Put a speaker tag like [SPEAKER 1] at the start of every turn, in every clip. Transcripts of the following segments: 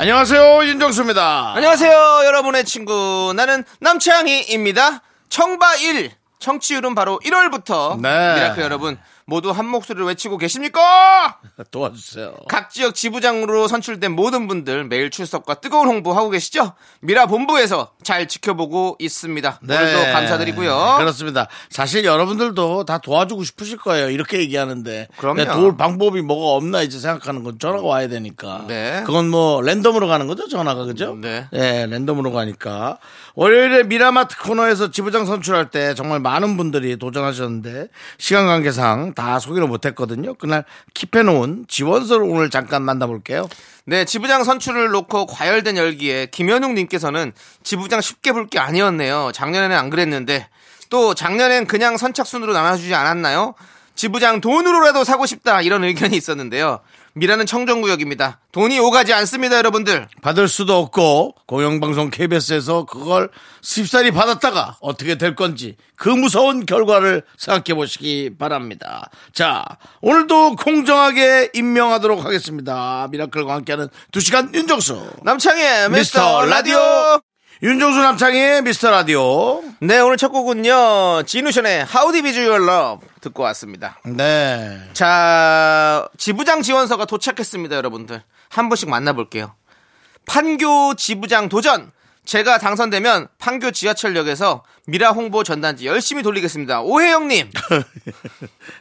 [SPEAKER 1] 안녕하세요 윤정수입니다.
[SPEAKER 2] 안녕하세요, 여러분의 친구. 나는 남창희입니다. 청바 1. 청취율은 바로 1월부터.
[SPEAKER 1] 네.
[SPEAKER 2] 미라클 여러분, 모두 한 목소리를 외치고 계십니까?
[SPEAKER 1] 아, 도와주세요.
[SPEAKER 2] 각 지역 지부장으로 선출된 모든 분들 매일 출석과 뜨거운 홍보하고 계시죠? 미라 본부에서 잘 지켜보고 있습니다. 네. 오늘도 감사드리고요.
[SPEAKER 1] 네. 그렇습니다. 사실 여러분들도 다 도와주고 싶으실 거예요. 이렇게 얘기하는데.
[SPEAKER 2] 그럼요.
[SPEAKER 1] 근데 도울 방법이 뭐가 없나 이제 생각하는 건 전화가 와야 되니까.
[SPEAKER 2] 네.
[SPEAKER 1] 그건 뭐 랜덤으로 가는 거죠, 전화가 그죠?
[SPEAKER 2] 네.
[SPEAKER 1] 예, 랜덤으로 가니까. 월요일에 미라마트 코너에서 지부장 선출할 때 정말 많은 분들이 도전하셨는데 시간 관계상 다 소개를 못 했거든요. 그날 킵해놓은 지원서를 오늘 잠깐 만나볼게요.
[SPEAKER 2] 네, 지부장 선출을 놓고 과열된 열기에 김현웅 님께서는 지부장 쉽게 볼 게 아니었네요. 작년에는 안 그랬는데 또 작년엔 그냥 선착순으로 나눠주지 않았나요? 지부장 돈으로라도 사고 싶다 이런 의견이 있었는데요. 미라는 청정구역입니다. 돈이 오가지 않습니다, 여러분들.
[SPEAKER 1] 받을 수도 없고 공영방송 KBS에서 그걸 습살이 받았다가 어떻게 될 건지 그 무서운 결과를 생각해 보시기 바랍니다. 자 오늘도 공정하게 임명하도록 하겠습니다. 미라클과 함께하는 2시간 윤정수
[SPEAKER 2] 남창의
[SPEAKER 1] 미스터
[SPEAKER 2] 미스터
[SPEAKER 1] 라디오.
[SPEAKER 2] 라디오.
[SPEAKER 1] 윤정수 남창희의 미스터 라디오
[SPEAKER 2] 네, 오늘 첫 곡은요. 진우션의 How Deep Is Your Love 듣고 왔습니다.
[SPEAKER 1] 네
[SPEAKER 2] 자, 지부장 지원서가 도착했습니다, 여러분들. 한 분씩 만나볼게요. 판교 지부장 도전! 제가 당선되면 판교 지하철역에서 미라 홍보 전단지 열심히 돌리겠습니다. 오혜영님!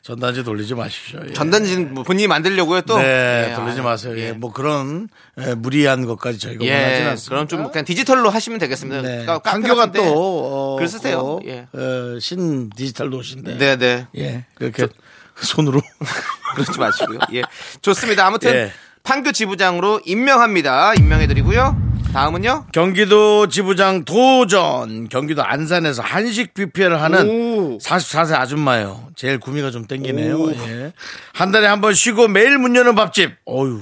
[SPEAKER 1] 전단지 돌리지 마십시오. 예.
[SPEAKER 2] 전단지는 뭐 본인이 만들려고요, 또?
[SPEAKER 1] 네
[SPEAKER 2] 예,
[SPEAKER 1] 돌리지
[SPEAKER 2] 아,
[SPEAKER 1] 마세요. 예.
[SPEAKER 2] 예.
[SPEAKER 1] 뭐 그런 예, 무리한 것까지 저희가
[SPEAKER 2] 예,
[SPEAKER 1] 원하지는 않습니다.
[SPEAKER 2] 그럼 좀 그냥 디지털로 하시면 되겠습니다. 그러니까
[SPEAKER 1] 네.
[SPEAKER 2] 카- 카페
[SPEAKER 1] 강교가
[SPEAKER 2] 같은데.
[SPEAKER 1] 또, 어,
[SPEAKER 2] 글 쓰세요.
[SPEAKER 1] 어,
[SPEAKER 2] 예.
[SPEAKER 1] 어, 신 디지털 도시인데.
[SPEAKER 2] 네, 네.
[SPEAKER 1] 예. 그렇게 손으로.
[SPEAKER 2] 그러지 마시고요. 예. 좋습니다. 아무튼
[SPEAKER 1] 예.
[SPEAKER 2] 판교 지부장으로 임명합니다. 임명해드리고요. 다음은요?
[SPEAKER 1] 경기도 지부장 도전. 경기도 안산에서 한식 뷔페를 하는 44세 아줌마예요. 제일 구미가 좀 땡기네요. 예. 한 달에 한 번 쉬고 매일 문 여는 밥집. 어유.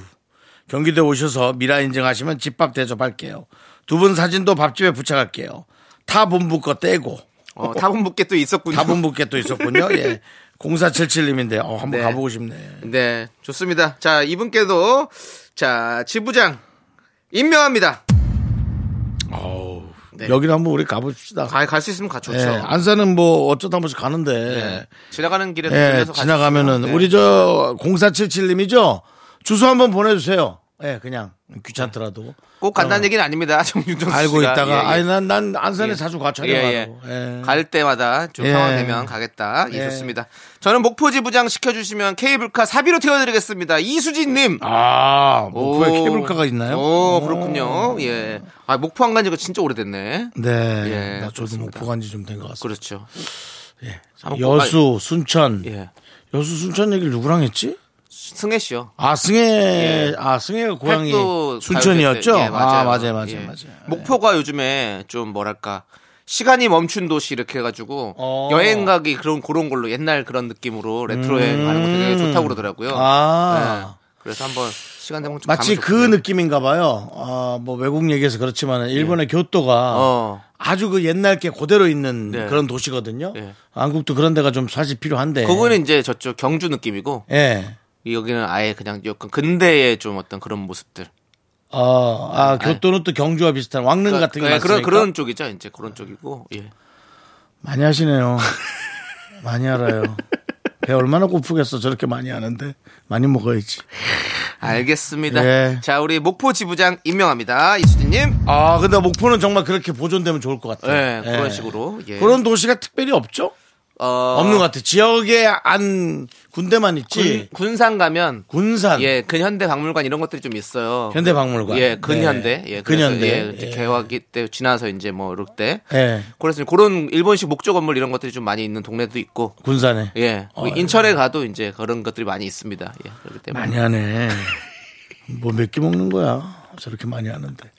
[SPEAKER 1] 경기도에 오셔서 미라 인증하시면 집밥 대접할게요. 두 분 사진도 밥집에 부착할게요. 타 본부 거 떼고.
[SPEAKER 2] 어, 타분붓게 또 있었군요.
[SPEAKER 1] 다분분께 또 있었군요. 예. 0477님인데, 어, 한번
[SPEAKER 2] 네.
[SPEAKER 1] 가보고 싶네.
[SPEAKER 2] 네, 좋습니다. 자, 이분께도 자 지부장 임명합니다.
[SPEAKER 1] 어우,
[SPEAKER 2] 네.
[SPEAKER 1] 여기는 한번 우리 가봅시다.
[SPEAKER 2] 갈 수 있으면 가 좋죠.
[SPEAKER 1] 예, 안산은 뭐 어쩌다 한 번씩 가는데,
[SPEAKER 2] 네. 지나가는 길에
[SPEAKER 1] 예,
[SPEAKER 2] 들려서 가시죠.
[SPEAKER 1] 지나가면은,
[SPEAKER 2] 네.
[SPEAKER 1] 우리 저 0477님이죠? 주소 한번 보내주세요. 예, 그냥. 귀찮더라도.
[SPEAKER 2] 꼭 간다는 얘기는 아닙니다. 정윤정 씨가
[SPEAKER 1] 어. 알고 있다가,
[SPEAKER 2] 예, 예.
[SPEAKER 1] 아니, 난, 난 안산에
[SPEAKER 2] 예.
[SPEAKER 1] 자주 가,
[SPEAKER 2] 예, 예.
[SPEAKER 1] 촬영하고. 예.
[SPEAKER 2] 갈 때마다 좀
[SPEAKER 1] 예.
[SPEAKER 2] 평화되면 가겠다. 예,
[SPEAKER 1] 예.
[SPEAKER 2] 좋습니다. 저는 목포 지부장 시켜주시면 케이블카 사비로 태워드리겠습니다. 이수진님.
[SPEAKER 1] 아, 목포에
[SPEAKER 2] 오.
[SPEAKER 1] 케이블카가 있나요?
[SPEAKER 2] 오, 그렇군요. 예. 아, 목포 안 간 지가 진짜 오래됐네.
[SPEAKER 1] 네.
[SPEAKER 2] 예,
[SPEAKER 1] 나 저도 목포 간지 좀 된 것 같습니다.
[SPEAKER 2] 그렇죠.
[SPEAKER 1] 예. 여수, 순천.
[SPEAKER 2] 예.
[SPEAKER 1] 여수, 순천 얘기를 누구랑 했지?
[SPEAKER 2] 승혜 씨요.
[SPEAKER 1] 아 승혜 아 승혜가 고향이
[SPEAKER 2] 팩도
[SPEAKER 1] 순천이었죠?
[SPEAKER 2] 예. 가요제 때. 예,
[SPEAKER 1] 아 맞아요 맞아요
[SPEAKER 2] 예.
[SPEAKER 1] 맞아요.
[SPEAKER 2] 목포가 요즘에 좀 뭐랄까 시간이 멈춘 도시 이렇게 해가지고
[SPEAKER 1] 어.
[SPEAKER 2] 여행 가기 그런 그런 걸로 옛날 그런 느낌으로 레트로 여행 가는 거 되게 좋다고 그러더라고요.
[SPEAKER 1] 음. 아.
[SPEAKER 2] 네. 그래서 한번 시간 되면 좀
[SPEAKER 1] 마치
[SPEAKER 2] 가면
[SPEAKER 1] 그
[SPEAKER 2] 어, 좋겠네요. 예.
[SPEAKER 1] 느낌인가봐요. 아뭐 외국 얘기해서 그렇지만 일본의 교토가
[SPEAKER 2] 어.
[SPEAKER 1] 아주 그 옛날 게 그대로 있는
[SPEAKER 2] 네.
[SPEAKER 1] 그런 도시거든요.
[SPEAKER 2] 예.
[SPEAKER 1] 한국도 그런 데가 좀 사실 필요한데.
[SPEAKER 2] 그거는 이제 저쪽 경주 느낌이고
[SPEAKER 1] 예.
[SPEAKER 2] 여기는 아예 그냥 약간 근대의 좀 어떤 그런 모습들
[SPEAKER 1] 어, 아, 교토는 또 경주와 비슷한 왕릉 같은 그러니까? 게
[SPEAKER 2] 예,
[SPEAKER 1] 맞으니까 음.
[SPEAKER 2] 그런 그런 쪽이죠 이제 그런 쪽이고 예.
[SPEAKER 1] 많이 하시네요. 많이 알아요. 배 얼마나 고프겠어 저렇게 많이 하는데 많이 먹어야지.
[SPEAKER 2] 알겠습니다.
[SPEAKER 1] 예.
[SPEAKER 2] 자 우리 목포 지부장 임명합니다 이수진님.
[SPEAKER 1] 아, 근데 목포는 정말 그렇게 보존되면 좋을 것 같아요.
[SPEAKER 2] 예, 그런
[SPEAKER 1] 예.
[SPEAKER 2] 식으로 예.
[SPEAKER 1] 그런 도시가 특별히 없죠?
[SPEAKER 2] 어,
[SPEAKER 1] 없는 것 같아요. 지역에 안 군대만 있지.
[SPEAKER 2] 군, 산 가면
[SPEAKER 1] 군산.
[SPEAKER 2] 예 근현대 박물관 이런 것들이 좀 있어요.
[SPEAKER 1] 현대박물관.
[SPEAKER 2] 예 근현대
[SPEAKER 1] 네.
[SPEAKER 2] 예 그래서
[SPEAKER 1] 근현대.
[SPEAKER 2] 예,
[SPEAKER 1] 예.
[SPEAKER 2] 개화기 때 지나서 이제 뭐 이럴 때
[SPEAKER 1] 예.
[SPEAKER 2] 그래서 그런 일본식 목조 건물 이런 것들이 좀 많이 있는 동네도 있고
[SPEAKER 1] 군산에.
[SPEAKER 2] 예
[SPEAKER 1] 어,
[SPEAKER 2] 인천에 가도 이제 그런 것들이 많이 있습니다. 예 그렇기 때문에
[SPEAKER 1] 많이 하네. 뭐 몇 끼 먹는 거야. 저렇게 많이 하는데.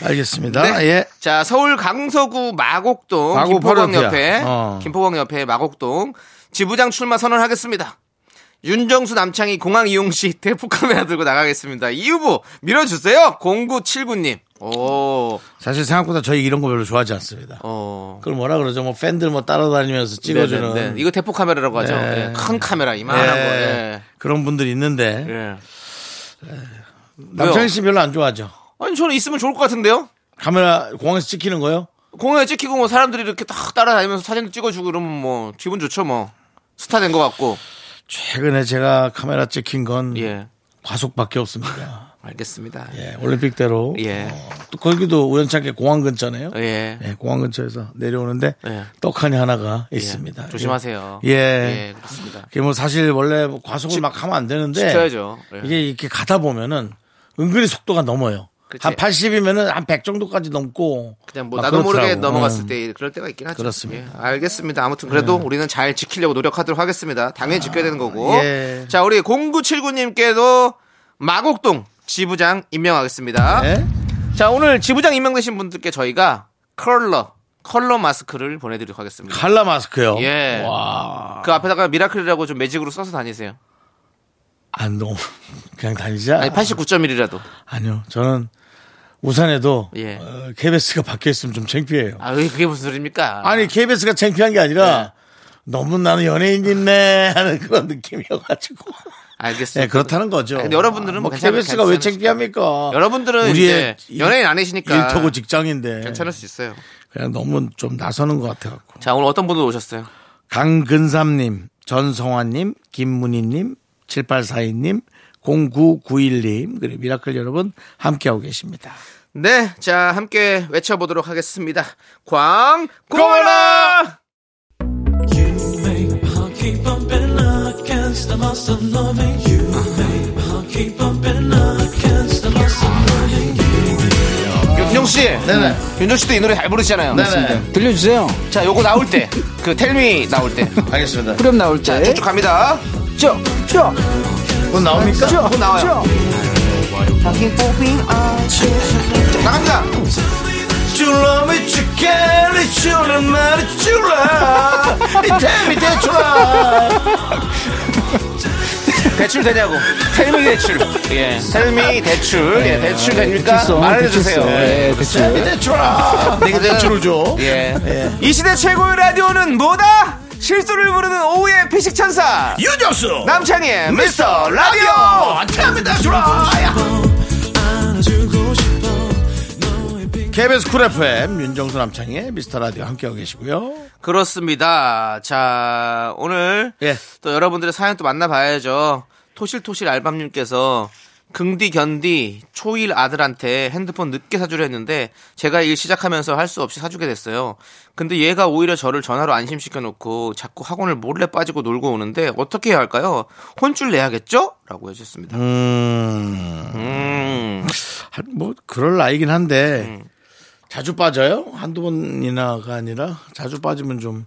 [SPEAKER 1] 알겠습니다.
[SPEAKER 2] 네.
[SPEAKER 1] 예.
[SPEAKER 2] 자, 서울 강서구 마곡동
[SPEAKER 1] 마곡
[SPEAKER 2] 김포광
[SPEAKER 1] 바로 옆이야.
[SPEAKER 2] 옆에
[SPEAKER 1] 어.
[SPEAKER 2] 김포광 옆에 마곡동 지부장 출마 선언하겠습니다. 윤정수 남창희 공항 이용 시 대포 카메라 들고 나가겠습니다. 이 후보 밀어주세요. 0979님. 오,
[SPEAKER 1] 사실 생각보다 저희 이런 거 별로 좋아하지 않습니다.
[SPEAKER 2] 어.
[SPEAKER 1] 그걸 뭐라 그러죠? 뭐 팬들 뭐 따라다니면서 찍어주는
[SPEAKER 2] 네, 네, 네. 이거 대포 카메라라고 하죠.
[SPEAKER 1] 네.
[SPEAKER 2] 예, 큰 카메라 이만한 거.
[SPEAKER 1] 예.
[SPEAKER 2] 예.
[SPEAKER 1] 그런 분들이 있는데
[SPEAKER 2] 예.
[SPEAKER 1] 남창희 씨 별로 안 좋아하죠.
[SPEAKER 2] 아니 저는 있으면 좋을 것 같은데요.
[SPEAKER 1] 카메라 공항에서 찍히는 거요?
[SPEAKER 2] 공항에 찍히고 뭐 사람들이 이렇게 딱 따라다니면서 사진도 찍어주고 그러면 뭐 기분 좋죠 뭐 스타 된 것 같고
[SPEAKER 1] 최근에 제가 카메라 찍힌 건
[SPEAKER 2] 예
[SPEAKER 1] 과속밖에 없습니다.
[SPEAKER 2] 알겠습니다
[SPEAKER 1] 예, 올림픽대로
[SPEAKER 2] 예.
[SPEAKER 1] 어, 또 거기도 우연찮게 공항 근처네요.
[SPEAKER 2] 예, 예.
[SPEAKER 1] 예, 공항 근처에서 내려오는데
[SPEAKER 2] 예.
[SPEAKER 1] 떡하니 하나가 있습니다.
[SPEAKER 2] 조심하세요
[SPEAKER 1] 예.
[SPEAKER 2] 예 그렇습니다
[SPEAKER 1] 그게 뭐 사실 원래 뭐 과속을 막 하면 안 되는데
[SPEAKER 2] 지켜야죠 예.
[SPEAKER 1] 이게 이렇게 가다 보면은 은근히 속도가 넘어요.
[SPEAKER 2] 그치.
[SPEAKER 1] 한 80이면은 한 100 정도까지 넘고
[SPEAKER 2] 그냥 뭐
[SPEAKER 1] 막
[SPEAKER 2] 나도 모르게
[SPEAKER 1] 아, 그렇더라고.
[SPEAKER 2] 넘어갔을
[SPEAKER 1] 음.
[SPEAKER 2] 때 그럴 때가 있긴 하죠
[SPEAKER 1] 그렇습니다.
[SPEAKER 2] 예, 알겠습니다 아무튼 그래도 우리는 잘 지키려고 노력하도록 하겠습니다 당연히 지켜야 되는 거고
[SPEAKER 1] 아, 예.
[SPEAKER 2] 자 우리 0979님께도 마곡동 지부장 임명하겠습니다
[SPEAKER 1] 네.
[SPEAKER 2] 자 오늘 지부장 임명되신 분들께 저희가 컬러 컬러 마스크를 보내드리도록 하겠습니다
[SPEAKER 1] 칼라 마스크요.
[SPEAKER 2] 예.
[SPEAKER 1] 와.
[SPEAKER 2] 그 앞에다가 미라클이라고 좀 매직으로 써서 다니세요.
[SPEAKER 1] 안 너무 그냥 다니자.
[SPEAKER 2] 아니 89.1이라도.
[SPEAKER 1] 아니요. 저는 우산에도
[SPEAKER 2] 예.
[SPEAKER 1] 어, KBS가 박혀 있으면 좀 창피해요.
[SPEAKER 2] 아 네. 그게 무슨 소리입니까?
[SPEAKER 1] 아. 니 KBS가 창피한 게 아니라 너무 나는 연예인 있네 하는 그런 느낌이어가지고.
[SPEAKER 2] 알겠습니다.
[SPEAKER 1] 네, 그렇다는 거죠.
[SPEAKER 2] 근데 여러분들은 뭐 괜찮-
[SPEAKER 1] KBS가 왜
[SPEAKER 2] 괜찮으시죠.
[SPEAKER 1] 창피합니까?
[SPEAKER 2] 여러분들은
[SPEAKER 1] 우리의
[SPEAKER 2] 이제
[SPEAKER 1] 일-
[SPEAKER 2] 연예인 아니시니까
[SPEAKER 1] 일터고 직장인데
[SPEAKER 2] 괜찮을 수 있어요.
[SPEAKER 1] 그냥 너무 좀 나서는 것 같아갖고.
[SPEAKER 2] 자 오늘 어떤 분들 오셨어요?
[SPEAKER 1] 강근삼님, 전성환님, 김문희님, 7842님, 0991님, 그리고 미라클 여러분 함께하고 계십니다.
[SPEAKER 2] 네, 자 함께 외쳐보도록 하겠습니다. 광고라.
[SPEAKER 3] You make my heart keep bumping. I can't stop myself loving you. Make my heart keep bumping. I can't stop myself loving you.
[SPEAKER 2] 윤정 씨, 네네. 윤정 씨도 이 노래 잘 부르시잖아요.
[SPEAKER 1] 네네.
[SPEAKER 4] 들려주세요.
[SPEAKER 2] 자 요거 나올 때 그 텔미 나올 때
[SPEAKER 1] 알겠습니다.
[SPEAKER 4] 후렴 나올 때.
[SPEAKER 2] 쭉쭉 갑니다.
[SPEAKER 4] 쭉, 쭉,
[SPEAKER 1] 곧 나옵니까?
[SPEAKER 4] 쭉,
[SPEAKER 2] 쭉 네. 뭐 나와요. 자, 나갑니다.
[SPEAKER 1] You love me, you care, it's you, no matter you love. It tell me that you love.
[SPEAKER 2] 대출 되냐고. 텔미 대출. 예. 텔미 대출. 예. 대출 됩니까? 말해주세요.
[SPEAKER 1] 네,
[SPEAKER 2] 예.
[SPEAKER 4] 예, 대출.
[SPEAKER 1] Me that you love. 내가 대출을 줘.
[SPEAKER 2] 예. 이 시대 최고의 라디오는 뭐다? 실수를 부르는 오후의 피식천사.
[SPEAKER 1] 유정수.
[SPEAKER 2] 남창희의 미스터 라디오!
[SPEAKER 1] tell me that you love.
[SPEAKER 3] 안아주고 싶어. 너의 비
[SPEAKER 1] KBS 쿨 FM 윤정수 남창의 미스터 라디오 함께하고 계시고요.
[SPEAKER 2] 그렇습니다. 자, 오늘
[SPEAKER 1] 예.
[SPEAKER 2] 또 여러분들의 사연 또 만나봐야죠. 토실토실 알밤님께서 긍디 견디 초일 아들한테 핸드폰 늦게 사주려 했는데 제가 일 시작하면서 할 수 없이 사주게 됐어요. 근데 얘가 오히려 저를 전화로 안심시켜 놓고 자꾸 학원을 몰래 빠지고 놀고 오는데 어떻게 해야 할까요? 혼쭐 내야겠죠? 라고 해주셨습니다.
[SPEAKER 1] 음,
[SPEAKER 2] 음.
[SPEAKER 1] 한- 뭐 그럴 나이긴 한데 자주 빠져요? 한두 번이나가 아니라 자주 빠지면 좀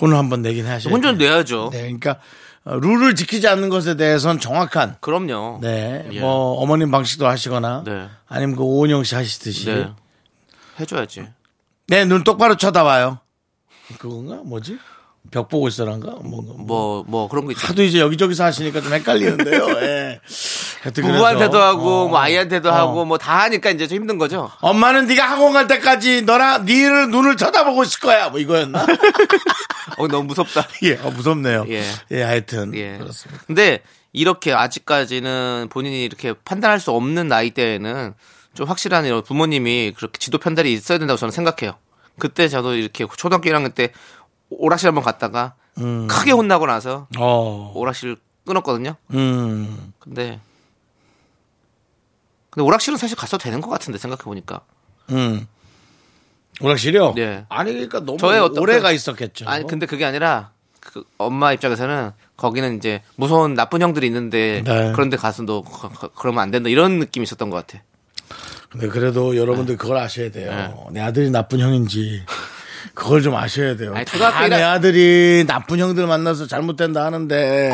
[SPEAKER 1] 혼을 한번 내긴 하셔야
[SPEAKER 2] 혼쭐
[SPEAKER 1] 돼요.
[SPEAKER 2] 내야죠.
[SPEAKER 1] 네, 그러니까 어, 룰을 지키지 않는 것에 대해선 정확한
[SPEAKER 2] 그럼요.
[SPEAKER 1] 네,
[SPEAKER 2] 예.
[SPEAKER 1] 뭐 어머님 방식도 하시거나
[SPEAKER 2] 네.
[SPEAKER 1] 아니면 그 오은영 씨 하시듯이
[SPEAKER 2] 네. 해줘야지.
[SPEAKER 1] 내 눈 똑바로 쳐다봐요. 그건가 뭐지? 벽 보고 있어란가 뭔가 뭐
[SPEAKER 2] 뭐, 뭐 그런 거 있죠.
[SPEAKER 1] 하도 이제 여기저기서 하시니까 좀 헷갈리는데요. 예. 하여튼
[SPEAKER 2] 부부한테도
[SPEAKER 1] 그래서,
[SPEAKER 2] 하고
[SPEAKER 1] 어,
[SPEAKER 2] 뭐 아이한테도
[SPEAKER 1] 어.
[SPEAKER 2] 하고 뭐 다 하니까 이제 좀 힘든 거죠.
[SPEAKER 1] 엄마는 네가 학원 갈 때까지 너나 니를 눈을 쳐다보고 있을 거야. 뭐 이거였나?
[SPEAKER 2] 어 너무 무섭다.
[SPEAKER 1] 예, 어, 무섭네요. 예,
[SPEAKER 2] 예.
[SPEAKER 1] 하여튼
[SPEAKER 2] 예.
[SPEAKER 1] 그렇습니다.
[SPEAKER 2] 근데 이렇게 아직까지는 본인이 이렇게 판단할 수 없는 나이대에는 좀 확실한 이런 부모님이 그렇게 지도 편달이 있어야 된다고 저는 생각해요. 그때 저도 이렇게 초등학교 1학년 때 오락실 한번 갔다가
[SPEAKER 1] 음.
[SPEAKER 2] 크게 혼나고 나서
[SPEAKER 1] 어,
[SPEAKER 2] 오락실 끊었거든요.
[SPEAKER 1] 음,
[SPEAKER 2] 근데 근데 오락실은 사실 갔어도 되는 것 같은데 생각해 보니까
[SPEAKER 1] 음. 오락실이요?
[SPEAKER 2] 예.
[SPEAKER 1] 아니 그러니까 너무
[SPEAKER 2] 저의 어떤
[SPEAKER 1] 오래가
[SPEAKER 2] 그-
[SPEAKER 1] 있었겠죠.
[SPEAKER 2] 아니 근데 그게 아니라 그 엄마 입장에서는 거기는 이제 무서운 나쁜 형들이 있는데
[SPEAKER 1] 네.
[SPEAKER 2] 그런데 가서 너 거- 거- 그러면 안 된다 이런 느낌이 있었던 것 같아.
[SPEAKER 1] 근데 그래도
[SPEAKER 2] 예.
[SPEAKER 1] 여러분들 그걸 아셔야 돼요. 내 아들이 나쁜 형인지 그걸 좀 아셔야 돼요.
[SPEAKER 2] 아니,
[SPEAKER 1] 다
[SPEAKER 2] 초등학교
[SPEAKER 1] 내
[SPEAKER 2] 일학-
[SPEAKER 1] 아들이 나쁜 형들 만나서 잘못된다 하는데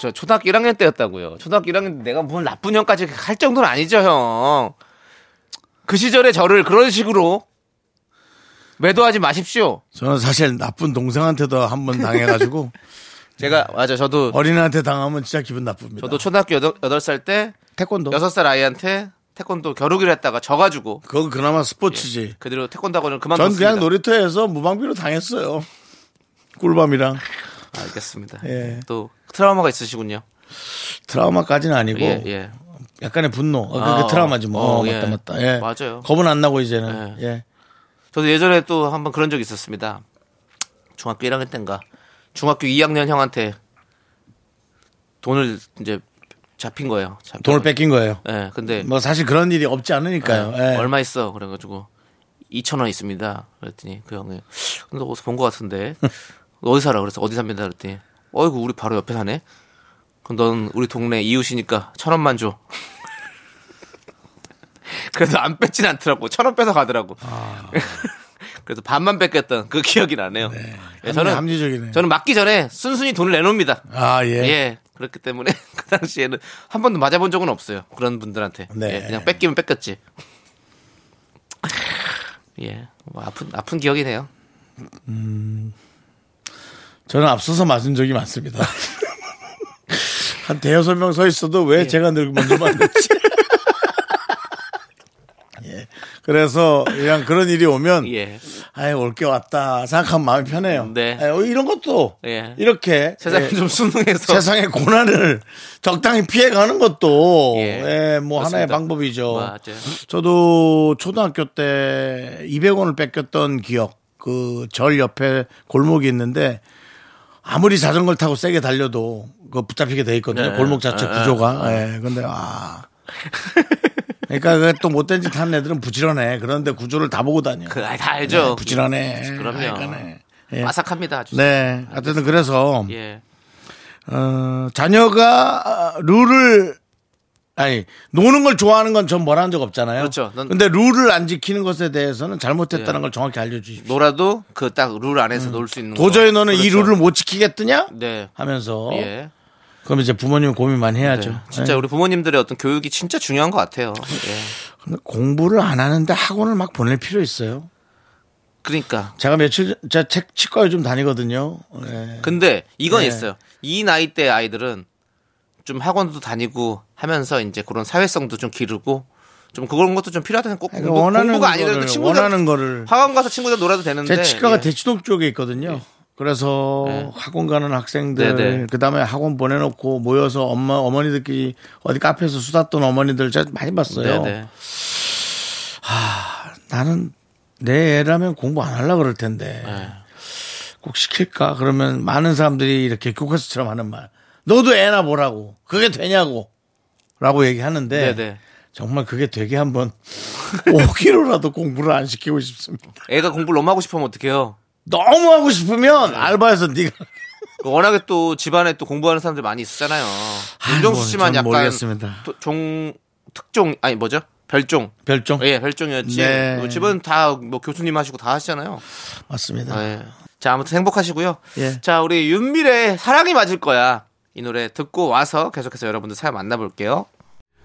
[SPEAKER 2] 저 초등학교 1학년 때였다고요. 초등학교 1학년 때 내가 무슨 나쁜 형까지 할 정도는 아니죠 형. 그 시절의 저를 그런 식으로 매도하지 마십시오.
[SPEAKER 1] 저는 사실 나쁜 동생한테도 한 번 당해가지고
[SPEAKER 2] 제가 맞아 저도
[SPEAKER 1] 네. 어린애한테 당하면 진짜 기분 나쁩니다.
[SPEAKER 2] 저도 초등학교 여덟, 여덟 살 때
[SPEAKER 1] 태권도.
[SPEAKER 2] 여섯 살 아이한테 태권도 겨루기를 했다가 져가지고
[SPEAKER 1] 그건 그나마 스포츠지.
[SPEAKER 2] 그대로 태권도 학원을
[SPEAKER 1] 전
[SPEAKER 2] 그만뒀습니다.
[SPEAKER 1] 그냥 놀이터에서 무방비로 당했어요. 꿀밤이랑
[SPEAKER 2] 아, 알겠습니다. 네,
[SPEAKER 1] 예.
[SPEAKER 2] 또 트라우마가 있으시군요.
[SPEAKER 1] 트라우마까지는 아니고
[SPEAKER 2] 예, 예.
[SPEAKER 1] 약간의 분노. 어, 그게
[SPEAKER 2] 아,
[SPEAKER 1] 트라우마지 뭐.
[SPEAKER 2] 어,
[SPEAKER 1] 어,
[SPEAKER 2] 예.
[SPEAKER 1] 맞다 맞다. 예.
[SPEAKER 2] 맞아요.
[SPEAKER 1] 겁은 안 나고 이제는.
[SPEAKER 2] 예.
[SPEAKER 1] 예.
[SPEAKER 2] 저도 예전에 또 한번 그런 적이 있었습니다. 중학교 1학년 때인가 중학교 2학년 형한테 돈을 이제 잡힌 거예요. 잡힌
[SPEAKER 1] 돈을
[SPEAKER 2] 거예요.
[SPEAKER 1] 뺏긴 거예요.
[SPEAKER 2] 예. 근데
[SPEAKER 1] 뭐 사실 그런 일이 없지 않으니까요. 예.
[SPEAKER 2] 아, 얼마 있어? 그래가지고 2천 원 있습니다. 그랬더니 그 형이 너 어디서 본 것 같은데 너 어디 살아? 그래서 어디 삽니다. 그랬더니 어이구 우리 바로 옆에 사네. 그럼 넌 우리 동네 이웃이니까 천 원만 줘. 그래서 안 뺏진 않더라고. 천 원 뺏어 가더라고.
[SPEAKER 1] 아.
[SPEAKER 2] 그래서 반만 뺏겼던 그 기억이 나네요. 예, 저는
[SPEAKER 1] 합리적이네.
[SPEAKER 2] 저는 맞기 전에 순순히 돈을 내놓습니다.
[SPEAKER 1] 아 예.
[SPEAKER 2] 예. 그렇기 때문에 그 당시에는 한 번도 맞아본 적은 없어요. 그런 분들한테.
[SPEAKER 1] 네.
[SPEAKER 2] 예, 그냥 뺏기면 뺏겼지. 예. 뭐 아픈 아픈 기억이네요.
[SPEAKER 1] 저는 앞서서 맞은 적이 많습니다. 한 대여섯 명 서 있어도 왜
[SPEAKER 2] 예.
[SPEAKER 1] 제가 늘 먼저 맞는지. 예. 그래서 그냥 그런 일이 오면
[SPEAKER 2] 예.
[SPEAKER 1] 아예 올게 왔다 생각하면 마음이 편해요.
[SPEAKER 2] 네.
[SPEAKER 1] 아이, 어, 이런 것도
[SPEAKER 2] 예.
[SPEAKER 1] 이렇게
[SPEAKER 2] 세상이
[SPEAKER 1] 예,
[SPEAKER 2] 좀 순응해서
[SPEAKER 1] 세상의 고난을 적당히 피해가는 것도
[SPEAKER 2] 예.
[SPEAKER 1] 예, 뭐 하나의
[SPEAKER 2] 그렇습니다.
[SPEAKER 1] 방법이죠.
[SPEAKER 2] 맞아요.
[SPEAKER 1] 저도 초등학교 때 200원을 뺏겼던 기억. 그 절 옆에 골목이 있는데 아무리 자전거를 타고 세게 달려도 그 붙잡히게 돼 있거든요.
[SPEAKER 2] 네.
[SPEAKER 1] 골목 자체
[SPEAKER 2] 네.
[SPEAKER 1] 구조가. 예. 근데 아. 그러니까 그또 못된 짓 하는 애들은 부지런해. 그런데 구조를 다 보고 다녀.
[SPEAKER 2] 그, 아, 다 알죠.
[SPEAKER 1] 네, 부지런해.
[SPEAKER 2] 그럼요.
[SPEAKER 1] 하여간에. 예.
[SPEAKER 2] 아삭합니다. 아주.
[SPEAKER 1] 네. 하여튼 그래서
[SPEAKER 2] 예.
[SPEAKER 1] 어, 자녀가 아, 룰을 아니 노는 걸 좋아하는 건 전 뭐라 한 적 없잖아요.
[SPEAKER 2] 그렇죠. 예. 넌-
[SPEAKER 1] 근데 룰을 안 지키는 것에 대해서는 잘못했다는 걸 정확히 알려주십시오.
[SPEAKER 2] 놀아도 그 딱 룰 안에서 놀 수 있는
[SPEAKER 1] 음. 도저히
[SPEAKER 2] 거.
[SPEAKER 1] 너는 이
[SPEAKER 2] 그렇죠.
[SPEAKER 1] 룰을 못 지키겠느냐?
[SPEAKER 2] 네.
[SPEAKER 1] 하면서
[SPEAKER 2] 예.
[SPEAKER 1] 그럼 이제 부모님 은 고민 많이
[SPEAKER 2] 네.
[SPEAKER 1] 해야죠.
[SPEAKER 2] 진짜
[SPEAKER 1] 네.
[SPEAKER 2] 우리 부모님들의 어떤 교육이 진짜 중요한 것 같아요. 예.
[SPEAKER 1] 근데 공부를 안 하는데 학원을 막 보낼 필요 있어요.
[SPEAKER 2] 그러니까
[SPEAKER 1] 제가 며칠 전- 제가 책 치과에 좀 다니거든요. 네.
[SPEAKER 2] 근데 이건
[SPEAKER 1] 네.
[SPEAKER 2] 있어요. 이 나이 대 아이들은 좀 학원도 다니고 하면서 이제 그런 사회성도 좀 기르고 좀 그런 것도 좀 필요하다는 꼭
[SPEAKER 1] 아니, 그러니까
[SPEAKER 2] 공부,
[SPEAKER 1] 원하는
[SPEAKER 2] 공부가
[SPEAKER 1] 거를,
[SPEAKER 2] 아니더라도 친구들
[SPEAKER 1] 원하는 거를.
[SPEAKER 2] 학원 가서 친구들 놀아도 되는데
[SPEAKER 1] 제 치과가
[SPEAKER 2] 예.
[SPEAKER 1] 대치동 쪽에 있거든요. 그래서 학원 가는 학생들
[SPEAKER 2] 네, 네.
[SPEAKER 1] 그다음에 학원 보내놓고 모여서 엄마 어머니들끼리 어디 카페에서 수다 떠는 어머니들 제가 많이 봤어요.
[SPEAKER 2] 네, 네.
[SPEAKER 1] 나는 내 애라면 공부 안 하려 그럴 텐데
[SPEAKER 2] 예.
[SPEAKER 1] 꼭 시킬까? 그러면 많은 사람들이 이렇게 교과서처럼 하는 말. 너도 애나 보라고. 그게 되냐고. 라고 얘기하는데
[SPEAKER 2] 네, 네.
[SPEAKER 1] 정말 그게 되게 한번 5kg라도 공부를 안 시키고 싶습니다.
[SPEAKER 2] 애가 공부를 너무 하고 싶으면 어떡해요?
[SPEAKER 1] 너무 하고 싶으면 알바해서 네가
[SPEAKER 2] 그 워낙에 또 집안에 또 공부하는 사람들 많이 있었잖아요.
[SPEAKER 1] 뭐,
[SPEAKER 2] 윤정수 씨만
[SPEAKER 1] 전
[SPEAKER 2] 약간
[SPEAKER 1] 모르겠습니다.
[SPEAKER 2] 도- 종 특종 아니 뭐죠? 별종.
[SPEAKER 1] 별종.
[SPEAKER 2] 예, 별종이었지.
[SPEAKER 1] 네.
[SPEAKER 2] 뭐 집은 다 뭐 교수님 하시고 다 하시잖아요.
[SPEAKER 1] 맞습니다.
[SPEAKER 2] 네. 자, 아무튼 행복하시고요.
[SPEAKER 1] 예.
[SPEAKER 2] 자, 우리 윤미래의 사랑이 맞을 거야. 이 노래 듣고 와서 계속해서 여러분들 사연 만나볼게요.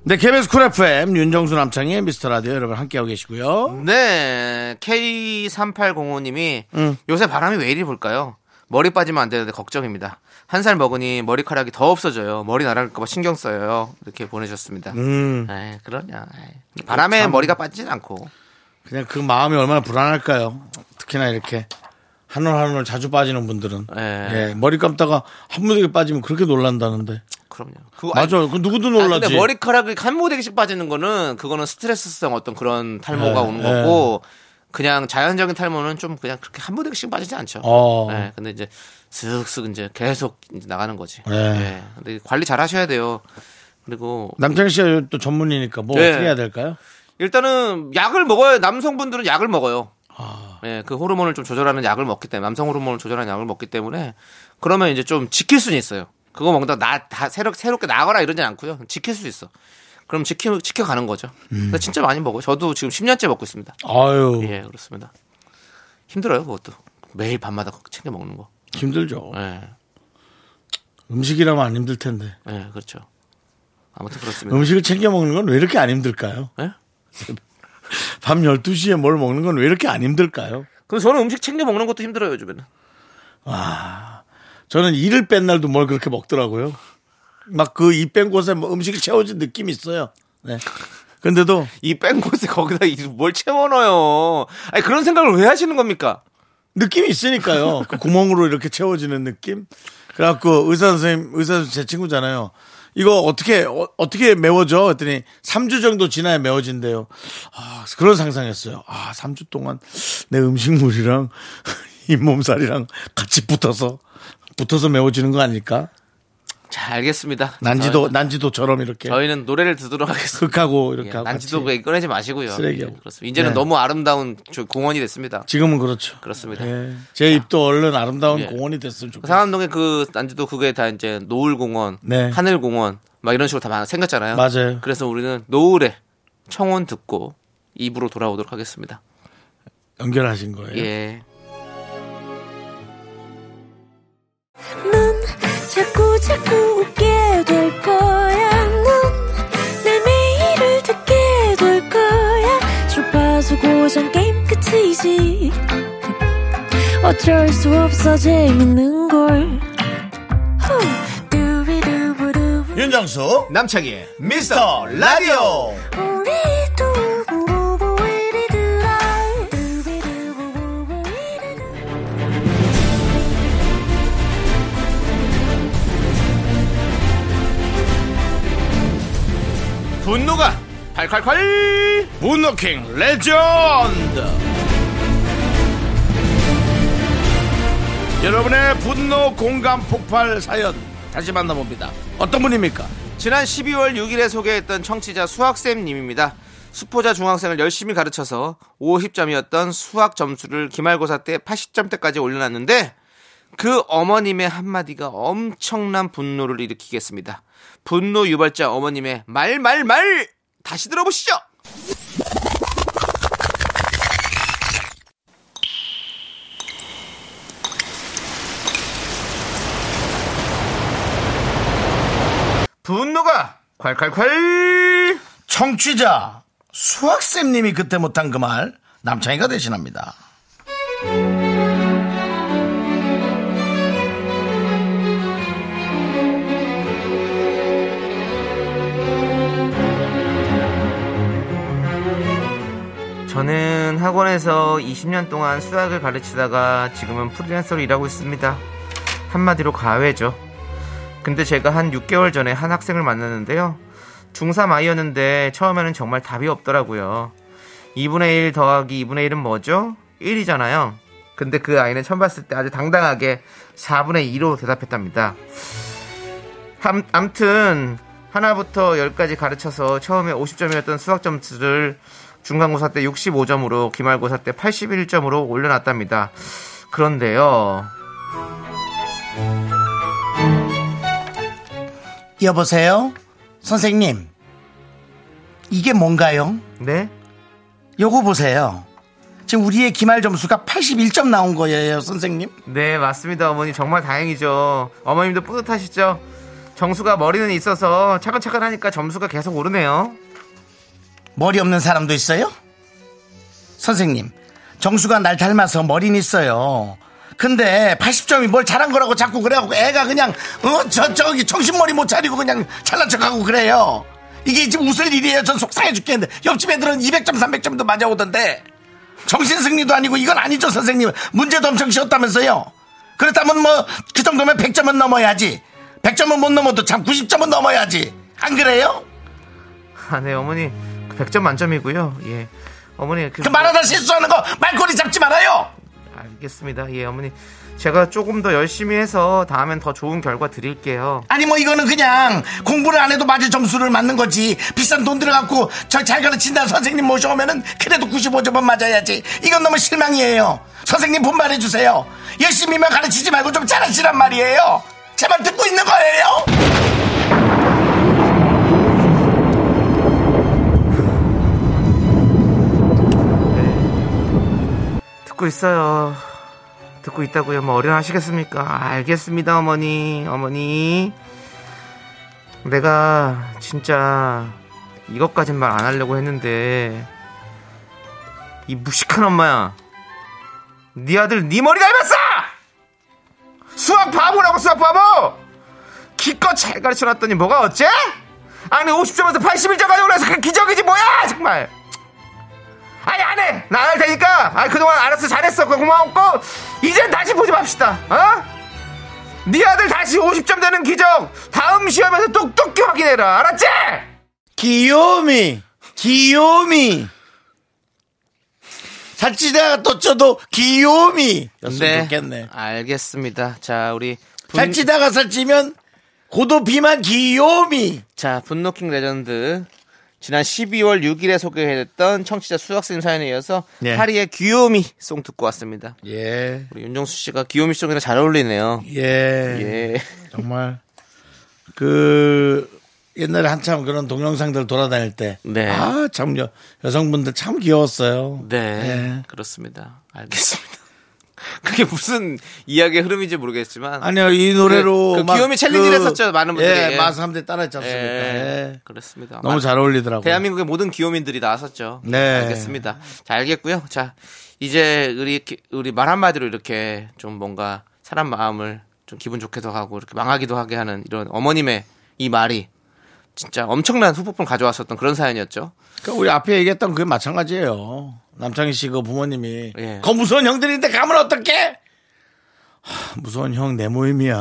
[SPEAKER 1] 네, KBS 쿨 FM 윤정수 남창희 미스터 라디오 여러분 함께하고 계시고요.
[SPEAKER 2] 네. K3805님이
[SPEAKER 1] 음.
[SPEAKER 2] 요새 바람이 왜 이리 불까요? 머리 빠지면 안 되는데 걱정입니다. 한 살 먹으니 머리카락이 더 없어져요. 머리 날아갈까봐 신경 써요. 이렇게 보내주셨습니다.
[SPEAKER 1] 음,
[SPEAKER 2] 에이, 그러냐. 에이. 바람에 머리가 빠지진 않고.
[SPEAKER 1] 그냥 그 마음이 얼마나 불안할까요? 특히나 이렇게 한올 한올 자주 빠지는 분들은
[SPEAKER 2] 예.
[SPEAKER 1] 예, 머리 감다가 한 무더기 빠지면 그렇게 놀란다는데.
[SPEAKER 2] 그럼요. 그거 아니-
[SPEAKER 1] 맞아, 그 누구도
[SPEAKER 2] 아,
[SPEAKER 1] 놀라지.
[SPEAKER 2] 근데 머리카락이 한 모대기씩 빠지는 거는 그거는 스트레스성 어떤 그런 탈모가
[SPEAKER 1] 예,
[SPEAKER 2] 오는
[SPEAKER 1] 예.
[SPEAKER 2] 거고 그냥 자연적인 탈모는 좀 그냥 그렇게 한 모대기씩 빠지지 않죠.
[SPEAKER 1] 어.
[SPEAKER 2] 예, 근데 이제 슥슥 이제 계속 이제 나가는 거지.
[SPEAKER 1] 예.
[SPEAKER 2] 예, 근데 관리 잘 하셔야 돼요. 그리고
[SPEAKER 1] 남창희 씨가 또 전문이니까 뭐
[SPEAKER 2] 예.
[SPEAKER 1] 어떻게 해야 될까요?
[SPEAKER 2] 일단은 약을 먹어요. 남성분들은 약을 먹어요. 예, 그 호르몬을 좀 조절하는 약을 먹기 때문에 남성 호르몬을 조절하는 약을 먹기 때문에 그러면 이제 좀 지킬 수는 있어요. 그거 먹다 나 다 새롭 새롭게 나거나 이러진 않고요. 지킬 수 있어. 그럼 지키 지켜 가는 거죠. 근데 진짜 많이 먹어요. 저도 지금 10년째 먹고 있습니다.
[SPEAKER 1] 아유,
[SPEAKER 2] 예, 그렇습니다. 힘들어요, 그것도. 매일 밤마다 챙겨 먹는 거.
[SPEAKER 1] 힘들죠.
[SPEAKER 2] 예.
[SPEAKER 1] 음식이라면 안 힘들 텐데.
[SPEAKER 2] 예, 그렇죠.
[SPEAKER 1] 음.
[SPEAKER 2] 아무튼 그렇습니다.
[SPEAKER 1] 음식을 챙겨 먹는 건 왜 이렇게 안 힘들까요?
[SPEAKER 2] 예?
[SPEAKER 1] 밤 12시에 뭘 먹는 건 왜 이렇게 안 힘들까요?
[SPEAKER 2] 그럼 저는 음식 챙겨 먹는 것도 힘들어요, 요즘에는.
[SPEAKER 1] 저는 이를 뺀 날도 뭘 그렇게 먹더라고요. 막 그 이 뺀 곳에 뭐 음식이 채워진 느낌이 있어요. 네. 근데도
[SPEAKER 2] 이 뺀 곳에 거기다 이- 뭘 채워넣어요. 아니, 그런 생각을 왜 하시는 겁니까?
[SPEAKER 1] 느낌이 있으니까요. 그 구멍으로 이렇게 채워지는 느낌? 그래갖고 의사 선생님, 의사 선생님 제 친구잖아요. 이거 어떻게, 어, 떻게 메워져? 했더니 3주 정도 지나야 메워진대요. 아, 그런 상상했어요. 아, 3주 동안 내 음식물이랑 잇몸살이랑 같이 붙어서, 붙어서 메워지는 거 아닐까?
[SPEAKER 2] 자, 알겠습니다.
[SPEAKER 1] 난지도, 난지도처럼 이렇게.
[SPEAKER 2] 저희, 는 노래를 듣도록 하겠습니다.
[SPEAKER 1] 흑하고 이렇게
[SPEAKER 2] 예,
[SPEAKER 1] 하고.
[SPEAKER 2] 난지도
[SPEAKER 1] 그러니까 같이.
[SPEAKER 2] 그 꺼내지 마시고요.
[SPEAKER 1] 쓰레기하고.
[SPEAKER 2] 예, 그렇습니다. 이제는
[SPEAKER 1] 네.
[SPEAKER 2] 너무 아름다운 저 공원이 됐습니다.
[SPEAKER 1] 지금은 그렇죠.
[SPEAKER 2] 그렇습니다.
[SPEAKER 1] 예. 제 입도 얼른 아름다운
[SPEAKER 2] 예.
[SPEAKER 1] 공원이 됐으면 좋겠어요.
[SPEAKER 2] 상암동에 그 난지도 그게 다 이제 노을공원,
[SPEAKER 1] 네.
[SPEAKER 2] 하늘공원 막 이런 식으로 다 많아- 생겼잖아요.
[SPEAKER 1] 맞아요.
[SPEAKER 2] 그래서 우리는 노을에 청혼 듣고 입으로 돌아오도록 하겠습니다.
[SPEAKER 1] 연결하신 거예요.
[SPEAKER 2] 예.
[SPEAKER 4] 넌 자꾸 자꾸 웃게 될 거야. 넌내 매일을 듣게 될 거야. 주파수 고정 게임 끝이지. 어쩔 수 없어 재밌는 걸. 후. 두비두부두.
[SPEAKER 1] 윤정수
[SPEAKER 2] 남창희의
[SPEAKER 1] 미스터 라디오
[SPEAKER 4] 우리 두부부부 우리 두라. 두비두부부부 우리 두라.
[SPEAKER 2] 분노가 콸콸콸!
[SPEAKER 1] 문노킹 레전드 여러분의 분노 공감 폭발 사연 다시 만나봅니다 어떤 분입니까
[SPEAKER 2] 지난 12월 6일에 소개했던 청취자 수학쌤님입니다. 수포자 중학생을 열심히 가르쳐서 50점이었던 수학 점수를 기말고사 때 80점대까지 올려놨는데 그 어머님의 한마디가 엄청난 분노를 일으키겠습니다. 분노 유발자 어머님의 말 말, 말! 다시 들어보시죠! 분노가 콸콸콸!
[SPEAKER 1] 청취자 수학쌤님이 그때 못한 그 말 남창희가 대신합니다
[SPEAKER 2] 저는 학원에서 20년 동안 수학을 가르치다가 지금은 프리랜서로 일하고 있습니다. 한마디로 가외죠. 근데 제가 한 6개월 전에 한 학생을 만났는데요. 중3 아이였는데 처음에는 정말 답이 없더라고요. 2분의 1 더하기 2분의 1은 뭐죠? 1이잖아요. 근데 그 아이는 처음 봤을 때 아주 당당하게 4분의 2로 대답했답니다. 함, 암튼 하나부터 열까지 가르쳐서 처음에 50점이었던 수학 점수를 중간고사 때 65점으로 기말고사 때 81점으로 올려놨답니다. 그런데요.
[SPEAKER 1] 여보세요 선생님 이게 뭔가요
[SPEAKER 2] 네?
[SPEAKER 1] 요거 보세요 지금 우리의 기말 점수가 81점 나온 거예요 선생님
[SPEAKER 2] 네, 맞습니다. 어머니 정말 다행이죠. 어머님도 뿌듯하시죠? 정수가 머리는 있어서 차근차근 하니까 점수가 계속 오르네요.
[SPEAKER 1] 머리 없는 사람도 있어요? 선생님, 정수가 날 닮아서 머리는 있어요. 근데 80점이 뭘 잘한 거라고 자꾸 그래갖고 애가 그냥 어 저 저기 정신머리 못 차리고 그냥 잘난 척하고 그래요. 이게 지금 웃을 일이에요. 전 속상해 죽겠는데 옆집 애들은 200점, 300점도 맞아오던데 정신 승리도 아니고 이건 아니죠 선생님. 문제도 엄청 쉬웠다면서요. 그렇다면 뭐 그 정도면 100점은 넘어야지. 100점은 못 넘어도 참 90점은 넘어야지. 안 그래요?
[SPEAKER 2] 아, 네, 어머니 100점 만점이고요. 예. 어머니 그,
[SPEAKER 1] 그 말하다 실수하는 거 말꼬리 잡지 말아요.
[SPEAKER 2] 알겠습니다. 예, 어머니 제가 조금 더 열심히 해서 다음엔 더 좋은 결과 드릴게요.
[SPEAKER 1] 아니 뭐 이거는 그냥 공부를 안 해도 맞을 점수를 맞는 거지 비싼 돈 들어갖고 저 잘 가르친다 선생님 모셔오면은 그래도 95점은 맞아야지 이건 너무 실망이에요 선생님 분발해 주세요 열심히만 가르치지 말고 좀 잘하시란 말이에요 제 말 듣고 있는 거예요
[SPEAKER 2] 듣고 있어요. 듣고 있다고요. 뭐 어련하시겠습니까? 알겠습니다, 어머니. 어머니. 내가 진짜 이것까진 말 안 하려고 했는데 이 무식한 엄마야. 네 아들 네 머리 닮았어! 수학 바보라고 수학 바보! 기껏 잘 가르쳐놨더니 뭐가 어째? 아니 50점에서 81점 가지고 그래서 그 기적이지 뭐야 정말 아니 안해 나 안 할 테니까 아 그동안 알았어 잘했어 그거 고마웠고 이젠 다시 보지 맙시다 어? 네 아들 다시 50점 되는 기적 다음 시험에서 똑똑히 확인해라 알았지?
[SPEAKER 1] 귀요미, 귀요미. 살찌다가 또 쪄도 귀요미. 였으면 좋겠네.
[SPEAKER 2] 알겠습니다 자 우리
[SPEAKER 1] 살찌다가 살찌면 고도 비만 귀요미.
[SPEAKER 2] 자, 분노킹 레전드. 지난 12월 6일에 소개했던 청취자 수학생 사연에 이어서
[SPEAKER 1] 네.
[SPEAKER 2] 파리의 귀요미 송 듣고 왔습니다.
[SPEAKER 1] 예,
[SPEAKER 2] 우리 윤정수 씨가 귀요미 송이랑 잘 어울리네요.
[SPEAKER 1] 예,
[SPEAKER 2] 예.
[SPEAKER 1] 정말 그 옛날에 한참 그런 동영상들 돌아다닐 때,
[SPEAKER 2] 네.
[SPEAKER 1] 아 참 여성분들 참 귀여웠어요.
[SPEAKER 2] 네.
[SPEAKER 1] 예.
[SPEAKER 2] 그렇습니다. 알겠습니다. 그게 무슨 이야기의 흐름인지 모르겠지만.
[SPEAKER 1] 아니요 이 노래로
[SPEAKER 2] 그
[SPEAKER 1] 막
[SPEAKER 2] 귀요미 챌린지를 했었죠, 많은 분들이.
[SPEAKER 1] 예, 마스 함대 따라했지 않습니까? 예.
[SPEAKER 2] 그렇습니다.
[SPEAKER 1] 너무
[SPEAKER 2] 마-
[SPEAKER 1] 잘 어울리더라고요.
[SPEAKER 2] 대한민국의 모든 귀요민들이 나왔었죠.
[SPEAKER 1] 네.
[SPEAKER 2] 알겠습니다. 자, 알겠고요. 자, 이제 우리 이렇게- 우리 말 한마디로 이렇게 좀 뭔가 사람 마음을 좀 기분 좋게도 하고 이렇게 망하기도 하게 하는 이런 어머님의 이 말이 진짜 엄청난 후폭풍 가져왔었던 그런 사연이었죠.
[SPEAKER 1] 그러니까 우리 앞에 얘기했던 그게 마찬가지예요. 남창희 씨 그 부모님이
[SPEAKER 2] 예.
[SPEAKER 1] 거 무서운 형들인데 가면 어떡해? 하, 무서운 형 내 모임이야.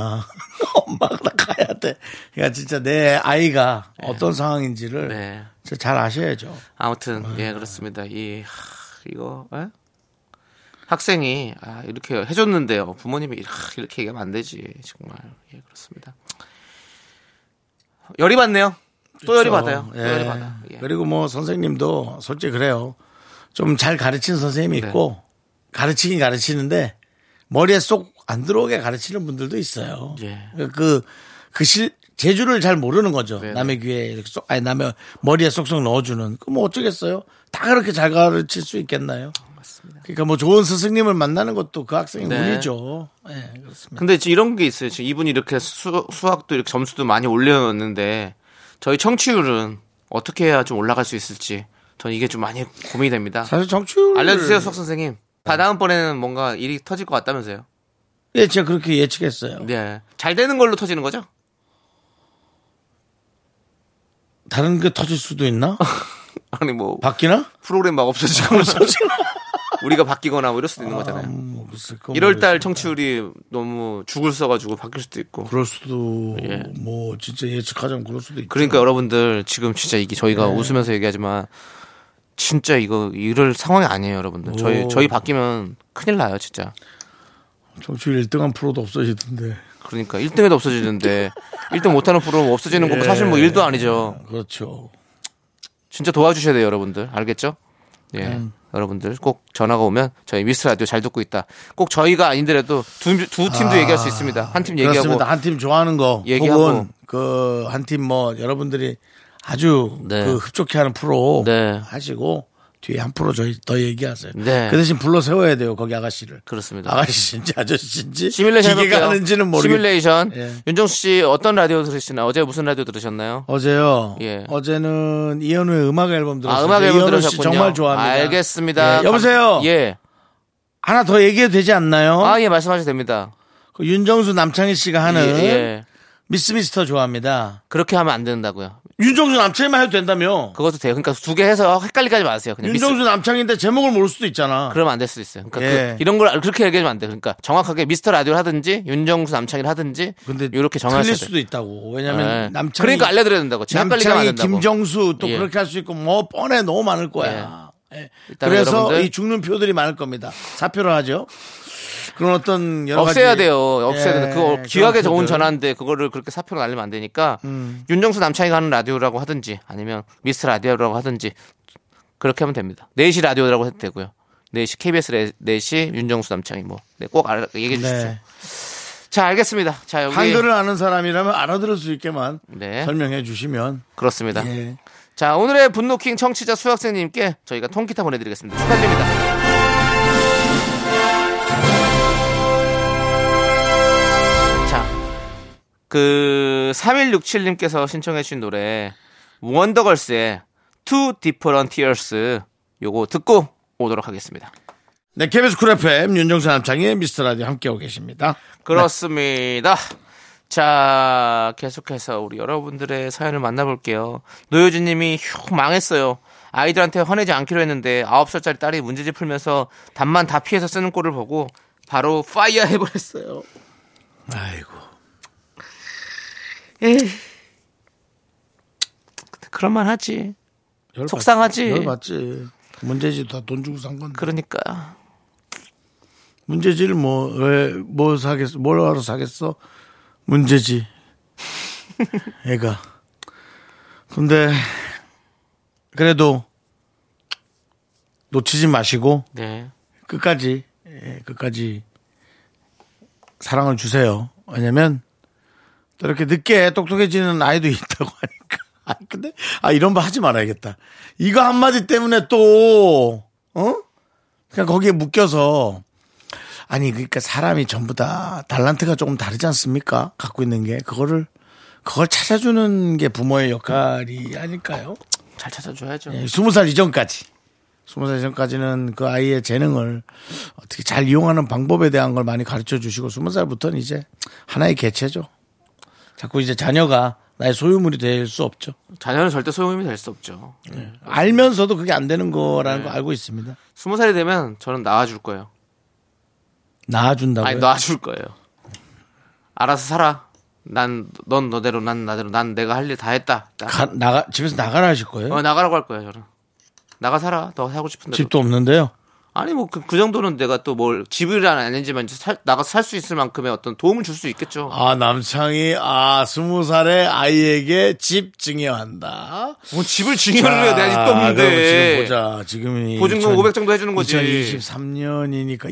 [SPEAKER 1] 엄마가 나 가야 돼. 그러니까 진짜 내 아이가 어떤 상황인지를
[SPEAKER 2] 예. 네.
[SPEAKER 1] 진짜 잘 아셔야죠.
[SPEAKER 2] 아무튼 예 그렇습니다. 이 하, 이거 예? 학생이 아, 이렇게 해줬는데요. 부모님이 이렇게, 이렇게 얘기하면 안 되지 정말 예 그렇습니다. 열이 받네요. 또 열이 받아요. 또
[SPEAKER 1] 예.
[SPEAKER 2] 열이 받아. 예.
[SPEAKER 1] 그리고 뭐 선생님도 솔직히 그래요. 좀 잘 가르치는 선생님이
[SPEAKER 2] 네.
[SPEAKER 1] 있고 가르치긴 가르치는데 머리에 쏙 안 들어오게 가르치는 분들도 있어요.
[SPEAKER 2] 예.
[SPEAKER 1] 그, 그 실, 재주를 잘 모르는 거죠.
[SPEAKER 2] 네네.
[SPEAKER 1] 남의 귀에 이렇게 쏙, 아니 남의 머리에 쏙쏙 넣어주는. 그 뭐 어쩌겠어요? 다 그렇게 잘 가르칠 수 있겠나요?
[SPEAKER 2] 맞습니다.
[SPEAKER 1] 그러니까 뭐 좋은 스승님을 만나는 것도 그 학생의
[SPEAKER 2] 네.
[SPEAKER 1] 운이죠. 예, 그렇습니다.
[SPEAKER 2] 근데 지금 이런 게 있어요. 지금 이분이 이렇게 수, 수학도 이렇게 점수도 많이 올려놓는데 저희 청취율은 어떻게 해야 좀 올라갈 수 있을지 저는 이게 좀 많이 고민이 됩니다.
[SPEAKER 1] 사실 정치율
[SPEAKER 2] 알려주세요, 수학 선생님. 다 다음번에는 뭔가 일이 터질 것 같다면서요.
[SPEAKER 1] 예, 제가 그렇게 예측했어요.
[SPEAKER 2] 네. 잘 되는 걸로 터지는 거죠?
[SPEAKER 1] 다른 게 터질 수도 있나?
[SPEAKER 2] 아니 뭐
[SPEAKER 1] 바뀌나?
[SPEAKER 2] 프로그램 막 없어지거나 우리가 바뀌거나 뭐 이럴 수도 있는 거잖아요.
[SPEAKER 1] 뭐 글쎄, 그건
[SPEAKER 2] 1월달 청취율이 너무 죽을 써가지고 바뀔 수도 있고.
[SPEAKER 1] 그럴 수도
[SPEAKER 2] 예.
[SPEAKER 1] 뭐 진짜 예측하자면 그럴 수도 있죠.
[SPEAKER 2] 그러니까 여러분들 지금 진짜 이게 저희가
[SPEAKER 1] 네.
[SPEAKER 2] 웃으면서 얘기하지만 진짜 이거 이럴 상황이 아니에요, 여러분들. 저희
[SPEAKER 1] 오.
[SPEAKER 2] 저희 바뀌면 큰일 나요, 진짜.
[SPEAKER 1] 정치율 1등한 프로도 없어지던데.
[SPEAKER 2] 그러니까 1등에도 없어지는데 1등 못하는 프로 없어지는
[SPEAKER 1] 예.
[SPEAKER 2] 거 사실 뭐 일도 아니죠.
[SPEAKER 1] 그렇죠.
[SPEAKER 2] 진짜 도와주셔야 돼요, 여러분들. 알겠죠? 예.
[SPEAKER 1] 음.
[SPEAKER 2] 여러분들 꼭 전화가 오면 저희 미스 라디오 잘 듣고 있다. 꼭 저희가 아니더라도 두, 두 팀도 얘기할 수 있습니다. 한 팀 얘기하고
[SPEAKER 1] 그렇습니다. 한 팀 좋아하는 거
[SPEAKER 2] 얘기하고.
[SPEAKER 1] 혹은 그 한 팀 뭐 여러분들이 아주
[SPEAKER 2] 네.
[SPEAKER 1] 그 흡족해하는 프로
[SPEAKER 2] 네.
[SPEAKER 1] 하시고 뒤에 한 프로 저희 더 얘기하세요.
[SPEAKER 2] 네.
[SPEAKER 1] 그 대신 불러 세워야 돼요 거기 아가씨를.
[SPEAKER 2] 그렇습니다.
[SPEAKER 1] 아가씨인지 아저씨인지
[SPEAKER 2] 시뮬레이션
[SPEAKER 1] 기계가
[SPEAKER 2] 해볼게요.
[SPEAKER 1] 하는지는 모르겠.
[SPEAKER 2] 시뮬레이션.
[SPEAKER 1] 예.
[SPEAKER 2] 윤정수 씨 어떤 라디오 들으시나? 어제 무슨 라디오 들으셨나요? 아,
[SPEAKER 1] 어제요.
[SPEAKER 2] 예.
[SPEAKER 1] 어제는 이현우의 음악 앨범 들었어요.
[SPEAKER 2] 아, 음악 앨범
[SPEAKER 1] 이현우 씨
[SPEAKER 2] 들으셨군요.
[SPEAKER 1] 정말 좋아합니다.
[SPEAKER 2] 알겠습니다.
[SPEAKER 1] 예, 여보세요. 어?
[SPEAKER 2] 감- 예.
[SPEAKER 1] 하나 더 얘기해도 되지 않나요?
[SPEAKER 2] 아, 예, 말씀하셔도 됩니다.
[SPEAKER 1] 그 윤정수 남창희 씨가
[SPEAKER 2] 예,
[SPEAKER 1] 하는
[SPEAKER 2] 예.
[SPEAKER 1] 미스 미스터 좋아합니다.
[SPEAKER 2] 그렇게 하면 안 된다고요.
[SPEAKER 1] 윤정수 남창희만 해도 된다며.
[SPEAKER 2] 그것도 돼요. 그러니까 두 개 해서 헷갈리게 하지 마세요. 그냥 네, 미스,
[SPEAKER 1] 윤정수 남창희인데 제목을 모를 수도 있잖아.
[SPEAKER 2] 그러면 안 될 수도 있어요. 그러니까
[SPEAKER 1] 예.
[SPEAKER 2] 그- 이런 걸 그렇게 얘기하면 안 돼. 요 그러니까 정확하게 미스터 라디오를 하든지 윤정수 남창이를 하든지
[SPEAKER 1] 근데
[SPEAKER 2] 이렇게 정하셔야
[SPEAKER 1] 틀릴
[SPEAKER 2] 돼요.
[SPEAKER 1] 수도 있다고. 왜냐면
[SPEAKER 2] 예.
[SPEAKER 1] 남창희
[SPEAKER 2] 그러니까 알려드려야 된다고. 제가 헷갈리게 하면
[SPEAKER 1] 남창희
[SPEAKER 2] 안 된다고.
[SPEAKER 1] 김정수 또
[SPEAKER 2] 예.
[SPEAKER 1] 그렇게 할 수 있고 뭐 뻔해 너무 많을 거야. 예.
[SPEAKER 2] 일단은
[SPEAKER 1] 그래서
[SPEAKER 2] 여러분들-
[SPEAKER 1] 이 죽는 표들이 많을 겁니다. 사표를 하죠. 그런 어떤 여러 가지
[SPEAKER 2] 없애야 돼요. 없애야
[SPEAKER 1] 예,
[SPEAKER 2] 돼요. 그거
[SPEAKER 1] 그런
[SPEAKER 2] 귀하게 좋은
[SPEAKER 1] 표들.
[SPEAKER 2] 전화인데 그거를 그렇게 사표로 날리면 안 되니까
[SPEAKER 1] 음.
[SPEAKER 2] 윤정수 남창이가 하는 라디오라고 하든지 아니면 미스 라디오라고 하든지 그렇게 하면 됩니다. 4시 라디오라고 해도 되고요. 4시 KBS 레- 4시 윤정수 남창이 뭐꼭 얘기해 주십시오.
[SPEAKER 1] 네.
[SPEAKER 2] 자 알겠습니다. 자 여기
[SPEAKER 1] 한글을 아는 사람이라면 알아들을 수 있게만
[SPEAKER 2] 네.
[SPEAKER 1] 설명해 주시면
[SPEAKER 2] 그렇습니다.
[SPEAKER 1] 예.
[SPEAKER 2] 자 오늘의 분노킹 청취자 수학생님께 저희가 통기타 보내드리겠습니다. 축하드립니다. 자, 그 3167님께서 신청해 주신 노래 원더걸스의 Two Different Tears 요거 듣고 오도록 하겠습니다.
[SPEAKER 1] 네, KBS 쿨 FM 윤정수 남창의 미스터 라디오 함께하고 계십니다.
[SPEAKER 2] 그렇습니다. 자, 계속해서 우리 여러분들의 사연을 만나볼게요. 노효진 님이 휴, 망했어요. 아이들한테 화내지 않기로 했는데 9살짜리 딸이 문제집 풀면서 답만 다 피해서 쓰는 꼴을 보고 바로 파이어 해버렸어요.
[SPEAKER 1] 아이고.
[SPEAKER 2] 에이. 근데 그럴만 하지.
[SPEAKER 1] 열
[SPEAKER 2] 속상하지.
[SPEAKER 1] 받- 열 받지. 문제지 다 돈 주고 산 건데.
[SPEAKER 2] 그러니까.
[SPEAKER 1] 문제지를 뭐 왜 뭐 사겠어? 뭘 하러 사겠어? 문제지. 애가. 근데 그래도 놓치지 마시고
[SPEAKER 2] 네.
[SPEAKER 1] 끝까지 예, 끝까지 사랑을 주세요. 왜냐면 또 이렇게 늦게 똑똑해지는 아이도 있다고 하니까. 아 근데 아 이런 거 하지 말아야겠다. 이거 한 마디 때문에 또 어? 그냥 거기에 묶여서 아니 그러니까 사람이 전부 다 달란트가 조금 다르지 않습니까? 갖고 있는 게 그거를 그걸 찾아주는 게 부모의 역할이 아닐까요?
[SPEAKER 2] 잘 찾아줘야죠.
[SPEAKER 1] 예, 스무 살 이전까지. 스무 살 이전까지는 그 아이의 재능을 어떻게 잘 이용하는 방법에 대한 걸 많이 가르쳐 주시고 스무 살부터는 이제 하나의 개체죠. 자꾸 이제 자녀가 나의 소유물이 될 수 없죠.
[SPEAKER 2] 자녀는 절대 소용이 될 수 없죠.
[SPEAKER 1] 알면서도 그게 안 되는 거라는 걸 알고 있습니다.
[SPEAKER 2] 스무 살이 되면 저는 나와줄 거예요.
[SPEAKER 1] 낳아준다고요. 네.
[SPEAKER 2] 아니 놔줄 거예요. 알아서 살아. 난 넌 너대로 난 나대로 난 내가 할 일 다 했다. 나,
[SPEAKER 1] 가- 나가 집에서 나가라 하실 거예요.
[SPEAKER 2] 어, 나가라고 할 거예요 저는. 나가 살아. 너 하고 싶은 대로.
[SPEAKER 1] 집도 없는데요.
[SPEAKER 2] 아니 뭐 그 정도는 내가 또 뭘 집을 안 했지만 살, 나가 살 수 있을 만큼의 어떤 도움을 줄 수 있겠죠.
[SPEAKER 1] 아 남창이 아 스무 살의 아이에게 집 증여한다.
[SPEAKER 2] 뭐 집을 증여를 해야 내
[SPEAKER 1] 자,
[SPEAKER 2] 집도 없는데.
[SPEAKER 1] 그럼 아, 지금 보자. 지금이
[SPEAKER 2] 보증금 500 정도 해주는 거지.
[SPEAKER 1] 2023년이니까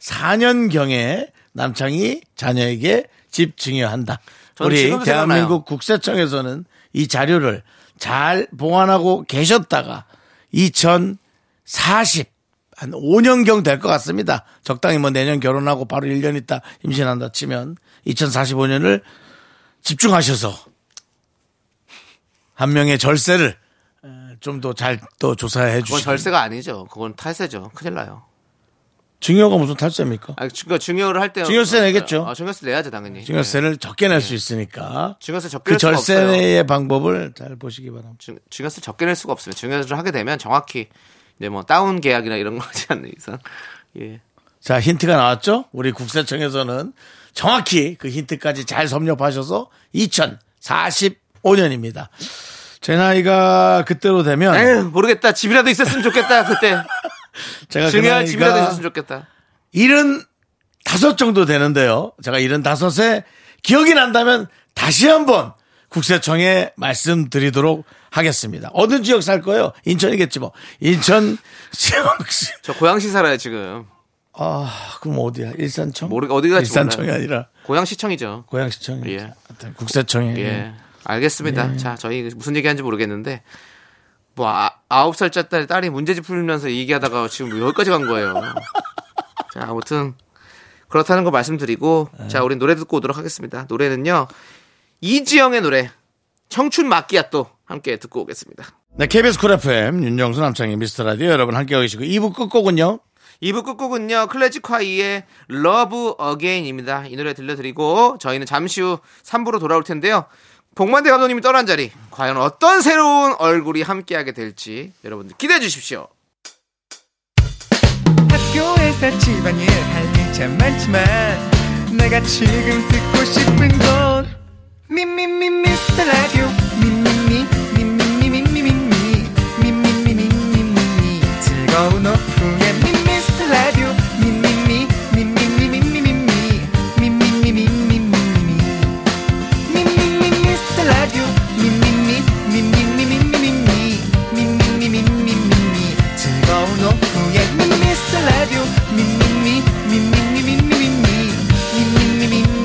[SPEAKER 1] 2044년 경에 남창이 자녀에게 집 증여한다.
[SPEAKER 2] 저는
[SPEAKER 1] 우리
[SPEAKER 2] 지금
[SPEAKER 1] 대한민국 국세청에서는 이 자료를 잘 보관하고 계셨다가 2040 한 5년경 될 것 같습니다. 적당히 뭐 내년 결혼하고 바로 1년 있다 임신한다 치면 2045년을 집중하셔서 한 명의 절세를 좀 더 잘 또 조사해
[SPEAKER 2] 그건
[SPEAKER 1] 주시고
[SPEAKER 2] 절세가 아니죠. 그건 탈세죠. 큰일 나요.
[SPEAKER 1] 증여가 무슨 탈세입니까?
[SPEAKER 2] 아, 그러니까 증여를 할 때.
[SPEAKER 1] 증여세 내겠죠.
[SPEAKER 2] 아, 증여세 내야죠, 당연히. 예.
[SPEAKER 1] 증여세를 적게 낼 수 있으니까
[SPEAKER 2] 증여세 적게
[SPEAKER 1] 그
[SPEAKER 2] 낼 네. 수가 없어요.
[SPEAKER 1] 절세의 방법을 잘 보시기 바랍니다.
[SPEAKER 2] 증, 증여세 적게 낼 수가 없으면 증여세를 하게 되면 정확히 이제 뭐 다운 계약이나 이런 거 하지 않는 이상 예
[SPEAKER 1] 자 힌트가 나왔죠? 우리 국세청에서는 정확히 그 힌트까지 잘 섭렵하셔서 2045년입니다. 제 나이가 그때로 되면
[SPEAKER 2] 에휴, 모르겠다 집이라도 있었으면 좋겠다 그때
[SPEAKER 1] 제가 그
[SPEAKER 2] 증여할 집이라도
[SPEAKER 1] 나이가
[SPEAKER 2] 있었으면 좋겠다
[SPEAKER 1] 75 정도 되는데요. 제가 75에 기억이 난다면 다시 한번 국세청에 말씀드리도록 하겠습니다. 어느 지역 살 거예요? 인천이겠지 뭐. 인천 지역시
[SPEAKER 2] 저 고양시 살아요 지금
[SPEAKER 1] 아, 그럼 어디야? 일산청?
[SPEAKER 2] 모르- 어디가
[SPEAKER 1] 일산청이
[SPEAKER 2] 좋나요?
[SPEAKER 1] 아니라
[SPEAKER 2] 고양시청이죠
[SPEAKER 1] 고양시청.
[SPEAKER 2] 예.
[SPEAKER 1] 예. 국세청에.
[SPEAKER 2] 예 알겠습니다 자 저희 무슨 얘기하는지 모르겠는데 뭐 아, 아홉 살짜 딸 딸이 문제집 풀면서 얘기하다가 지금 뭐 여기까지 간 거예요 자 아무튼 그렇다는 거 말씀드리고 자 우리 노래 듣고 오도록 하겠습니다 노래는요 이지영의 노래 청춘 마끼아또 함께 듣고 오겠습니다.
[SPEAKER 1] 네, KBS 쿨 FM 윤정수 남창희 미스터 라디오 여러분 함께하고 계시고 2부 끝곡은요.
[SPEAKER 2] 2부 끝곡은요 클래식 화이의 러브 어게인입니다 이 노래 들려드리고 저희는 잠시 후 3부로 돌아올 텐데요 복만대 감독님이 떠난 자리 과연 어떤 새로운 얼굴이 함께하게 될지 여러분들 기대해 주십시오
[SPEAKER 5] 학교에서 집안일 할 일 참 많지만 내가 지금 듣고 싶은 건 미미미 미스터 라디오 미미미 미미미미미미 미미미미미미 즐거운 오후에 미스터 라디오 미미미 미미미미미미 미미미미미미미 미미미 미스터 라디오 미미미 미미미미미미 미미미미미미 즐거운 오후에 미스터 라디오 미미미 미미미미미미 미미미미미미미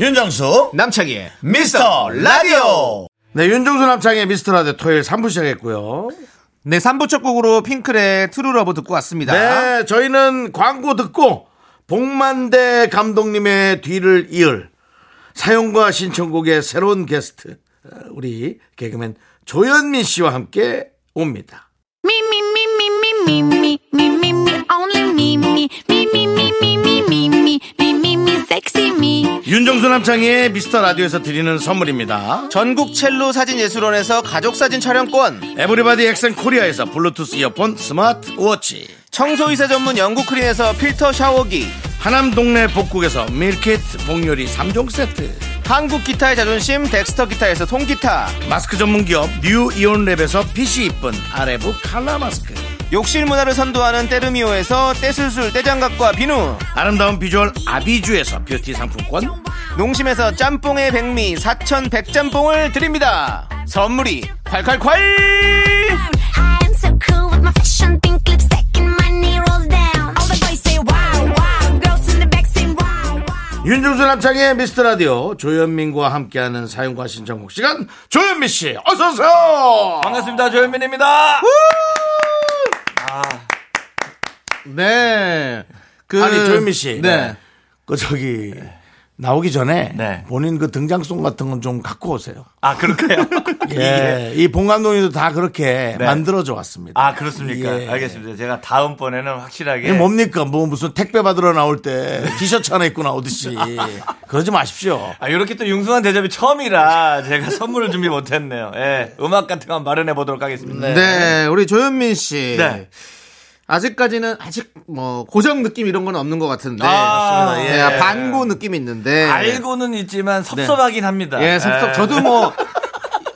[SPEAKER 1] 윤정수
[SPEAKER 2] 남창희의
[SPEAKER 1] 미스터 라디오. 네, 윤정수 남창희 미스터 라디오 토요일 3부 시작했고요.
[SPEAKER 2] 네 3부 첫 곡으로 핑클의 트루러브 듣고 왔습니다
[SPEAKER 1] 네, 저희는 광고 듣고 복만대 감독님의 뒤를 이을 사용과 신청곡의 새로운 게스트 우리 개그맨 조현민 씨와 함께 옵니다.
[SPEAKER 4] Me, me, me, me, me, me, me, me, me, me, only me, me, me, me, me, me, me, me, me, me, me, me, sexy me.
[SPEAKER 1] 윤정수 남창희의 미스터 라디오에서 드리는 선물입니다.
[SPEAKER 2] 전국 첼로 사진 예술원에서 가족 사진 촬영권,
[SPEAKER 1] 에브리바디 엑센 코리아에서 블루투스 이어폰 스마트 워치.
[SPEAKER 2] 청소이사 전문 영국 크린에서 필터 샤워기,
[SPEAKER 1] 하남 동네 복국에서 밀키트 복요리 3종 세트.
[SPEAKER 2] 한국 기타의 자존심 덱스터 기타에서 통기타,
[SPEAKER 1] 마스크 전문 기업 뉴 이온랩에서 핏이 이쁜 아레브 칼라 마스크.
[SPEAKER 2] 욕실 문화를 선도하는 때르미오에서 떼술술 떼장갑과 비누,
[SPEAKER 1] 아름다운 비주얼 아비주에서 뷰티 상품권.
[SPEAKER 2] 농심에서 짬뽕의 백미 사천 백짬뽕을 드립니다. 선물이 콸콸콸!
[SPEAKER 4] I am so cool with my fashion pink lipstick and my knee rolls down. All the boys say wow, wow. Girls in the back say wow, wow.
[SPEAKER 1] 윤종수 남창의 미스터 라디오 조현민과 함께하는 사용과 신청곡 시간 조현민 씨 어서 오세요.
[SPEAKER 6] 반갑습니다. 조현민입니다. 아.
[SPEAKER 2] 네. 그
[SPEAKER 1] 아니 조현민 씨.
[SPEAKER 2] 네.
[SPEAKER 1] 그 저기 나오기 전에
[SPEAKER 6] 네.
[SPEAKER 1] 본인 그 등장송 같은 건 좀 갖고 오세요.
[SPEAKER 6] 아, 그럴까요?
[SPEAKER 1] 예. 이봉 감독님도 다 그렇게
[SPEAKER 6] 네.
[SPEAKER 1] 만들어져 왔습니다.
[SPEAKER 6] 아, 그렇습니까?
[SPEAKER 1] 예.
[SPEAKER 6] 알겠습니다. 제가 다음번에는 확실하게.
[SPEAKER 1] 이게 뭡니까? 뭐 무슨 택배 받으러 나올 때 티셔츠 하나 입고 나오듯이 그러지 마십시오.
[SPEAKER 6] 아, 이렇게 또 융숭한 대접이 처음이라 제가 선물을 준비 못했네요. 예. 음악 같은 거 한번 마련해 보도록 하겠습니다.
[SPEAKER 2] 네. 우리 조현민 씨.
[SPEAKER 6] 네.
[SPEAKER 2] 아직까지는 아직 뭐 고정 느낌 이런 건 없는 것 같은데.
[SPEAKER 6] 아, 맞습니다. 예.
[SPEAKER 2] 네, 반고 느낌이 있는데.
[SPEAKER 6] 알고는 있지만 섭섭하긴 합니다.
[SPEAKER 2] 네.
[SPEAKER 6] 아,
[SPEAKER 2] 예, 섭섭. 저도 뭐.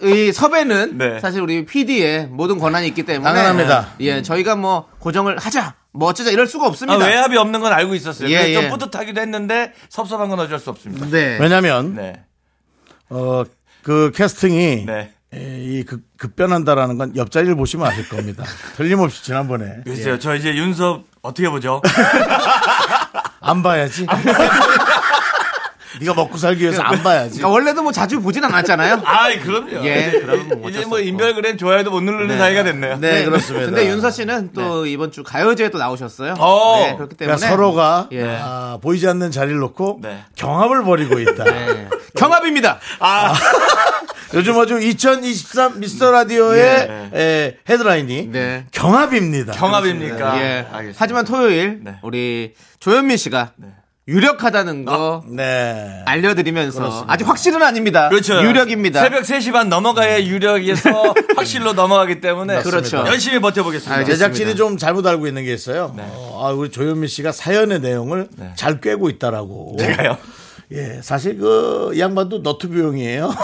[SPEAKER 2] 이 섭외는
[SPEAKER 6] 네.
[SPEAKER 2] 사실 우리 PD의 모든 권한이 있기 때문에
[SPEAKER 1] 당연합니다.
[SPEAKER 2] 예, 저희가 뭐 고정을 하자, 뭐 어쩌자 이럴 수가
[SPEAKER 6] 아,
[SPEAKER 2] 없습니다.
[SPEAKER 6] 외압이 없는 건 알고 있었어요.
[SPEAKER 2] 예,
[SPEAKER 6] 그래서
[SPEAKER 2] 예.
[SPEAKER 6] 좀 뿌듯하기도 했는데 섭섭한 건 어쩔 수 없습니다.
[SPEAKER 2] 네.
[SPEAKER 1] 왜냐면
[SPEAKER 6] 네.
[SPEAKER 1] 어 그 캐스팅이
[SPEAKER 6] 네.
[SPEAKER 1] 에, 이 급, 급변한다라는 건 옆자리를 보시면 아실 겁니다. 틀림없이 지난번에
[SPEAKER 6] 글쎄요.
[SPEAKER 2] 예.
[SPEAKER 6] 저 이제 윤섭 어떻게 보죠?
[SPEAKER 1] 안 봐야지. 네가 먹고 살기 위해서 안 봐야지.
[SPEAKER 2] 그러니까 원래도 뭐 자주 보진 않았잖아요.
[SPEAKER 6] 아이, 그럼요.
[SPEAKER 2] 예, 그럼 뭐
[SPEAKER 6] 이제
[SPEAKER 2] 어쩔
[SPEAKER 6] 뭐
[SPEAKER 2] 수 없고.
[SPEAKER 6] 인별그램 좋아요도 못 누르는 사이가 됐네요.
[SPEAKER 1] 네, 그렇습니다.
[SPEAKER 2] 근데 윤서 씨는 또 이번 주 가요제에 또 나오셨어요.
[SPEAKER 6] 어.
[SPEAKER 2] 네, 그렇기 때문에
[SPEAKER 1] 그러니까 서로가
[SPEAKER 2] 예.
[SPEAKER 1] 아, 보이지 않는 자리를 놓고
[SPEAKER 6] 네.
[SPEAKER 1] 경합을 벌이고 있다.
[SPEAKER 2] 네. 아, 경합입니다.
[SPEAKER 1] 요즘 아주 2023 미스터 라디오의 에, 헤드라인이
[SPEAKER 2] 네.
[SPEAKER 1] 경합입니다.
[SPEAKER 6] 경합입니까?
[SPEAKER 2] 예.
[SPEAKER 6] 아, 알겠습니다.
[SPEAKER 2] 하지만 토요일
[SPEAKER 6] 네.
[SPEAKER 2] 우리 조현민 씨가 유력하다는 거
[SPEAKER 1] 네.
[SPEAKER 2] 아, 알려드리면서 아직 확실은 아닙니다.
[SPEAKER 6] 아, 그렇죠.
[SPEAKER 2] 유력입니다. 음.
[SPEAKER 6] 새벽 3시 반 넘어가야 유력에서 확실로 넘어가기 때문에
[SPEAKER 2] 그렇죠.
[SPEAKER 6] 열심히 버텨보겠습니다.
[SPEAKER 2] 알겠습니다. 네.
[SPEAKER 1] 제작진이 좀 잘못 알고 있는 게 있어요. 어, 아, 우리 조현미 씨가 사연의 내용을 잘 꿰고 있다라고.
[SPEAKER 6] 제가요.
[SPEAKER 1] 예, 사실 그 양반도 너튜브용이에요.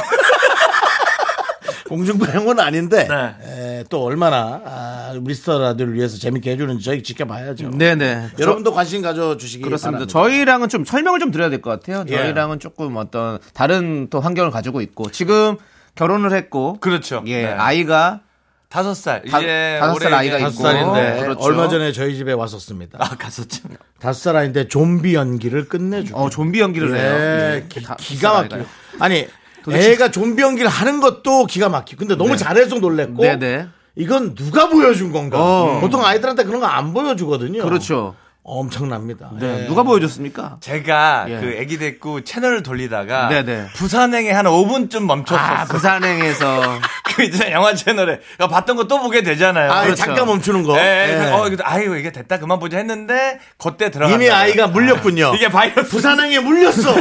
[SPEAKER 1] 공중부양은 아닌데
[SPEAKER 2] 네.
[SPEAKER 1] 에, 또 얼마나 아, 미스터 라디오를 위해서 재밌게 해주는지 저희 지켜봐야죠.
[SPEAKER 2] 네네.
[SPEAKER 1] 여러분도 관심 가져주시기
[SPEAKER 2] 그렇습니다.
[SPEAKER 1] 바랍니다.
[SPEAKER 2] 저희랑은 좀 설명을 좀 드려야 될 것 같아요.
[SPEAKER 1] 예.
[SPEAKER 2] 저희랑은 조금 어떤 다른 또 환경을 가지고 있고 지금 결혼을 했고
[SPEAKER 6] 그렇죠.
[SPEAKER 2] 예
[SPEAKER 6] 네.
[SPEAKER 2] 아이가
[SPEAKER 6] 다섯 살.
[SPEAKER 2] 다-
[SPEAKER 6] 이제
[SPEAKER 2] 다섯 살
[SPEAKER 6] 올해
[SPEAKER 2] 아이가
[SPEAKER 6] 이제
[SPEAKER 2] 있고.
[SPEAKER 6] 다섯 살인데.
[SPEAKER 1] 네,
[SPEAKER 2] 그렇죠.
[SPEAKER 1] 얼마 전에 저희 집에 왔었습니다.
[SPEAKER 6] 아, 갔었죠.
[SPEAKER 1] 다섯 살 아인데 좀비 연기를 끝내주고.
[SPEAKER 2] 어 좀비 연기를 해요.
[SPEAKER 1] 예,
[SPEAKER 2] 예.
[SPEAKER 1] 기,
[SPEAKER 2] 다-
[SPEAKER 1] 기가 막히고.
[SPEAKER 2] 아이가요.
[SPEAKER 1] 아니, 애가 좀비 연기를 하는 것도 기가 막히고. 근데 너무 잘해서 놀랬고.
[SPEAKER 2] 네네.
[SPEAKER 1] 이건 누가 보여준 건가?
[SPEAKER 2] 어.
[SPEAKER 1] 보통 아이들한테 그런 거 안 보여주거든요.
[SPEAKER 2] 그렇죠.
[SPEAKER 1] 엄청납니다.
[SPEAKER 2] 네.
[SPEAKER 1] 예.
[SPEAKER 2] 누가 보여줬습니까?
[SPEAKER 6] 제가
[SPEAKER 2] 예.
[SPEAKER 6] 그 애기 됐고 채널을 돌리다가
[SPEAKER 2] 네네.
[SPEAKER 6] 부산행에 한 5분쯤 멈췄었어요.
[SPEAKER 2] 아, 부산행에서.
[SPEAKER 6] 그 이제 영화 채널에 야, 봤던 거 또 보게 되잖아요.
[SPEAKER 1] 아,
[SPEAKER 2] 그렇죠.
[SPEAKER 1] 잠깐 멈추는 거.
[SPEAKER 6] 예, 예.
[SPEAKER 1] 예.
[SPEAKER 6] 어, 이거, 아유, 이게 됐다. 그만 보자 했는데, 그때 들어가.
[SPEAKER 1] 이미 아이가 물렸군요.
[SPEAKER 6] 이게 바이러스.
[SPEAKER 1] 부산행에 물렸어.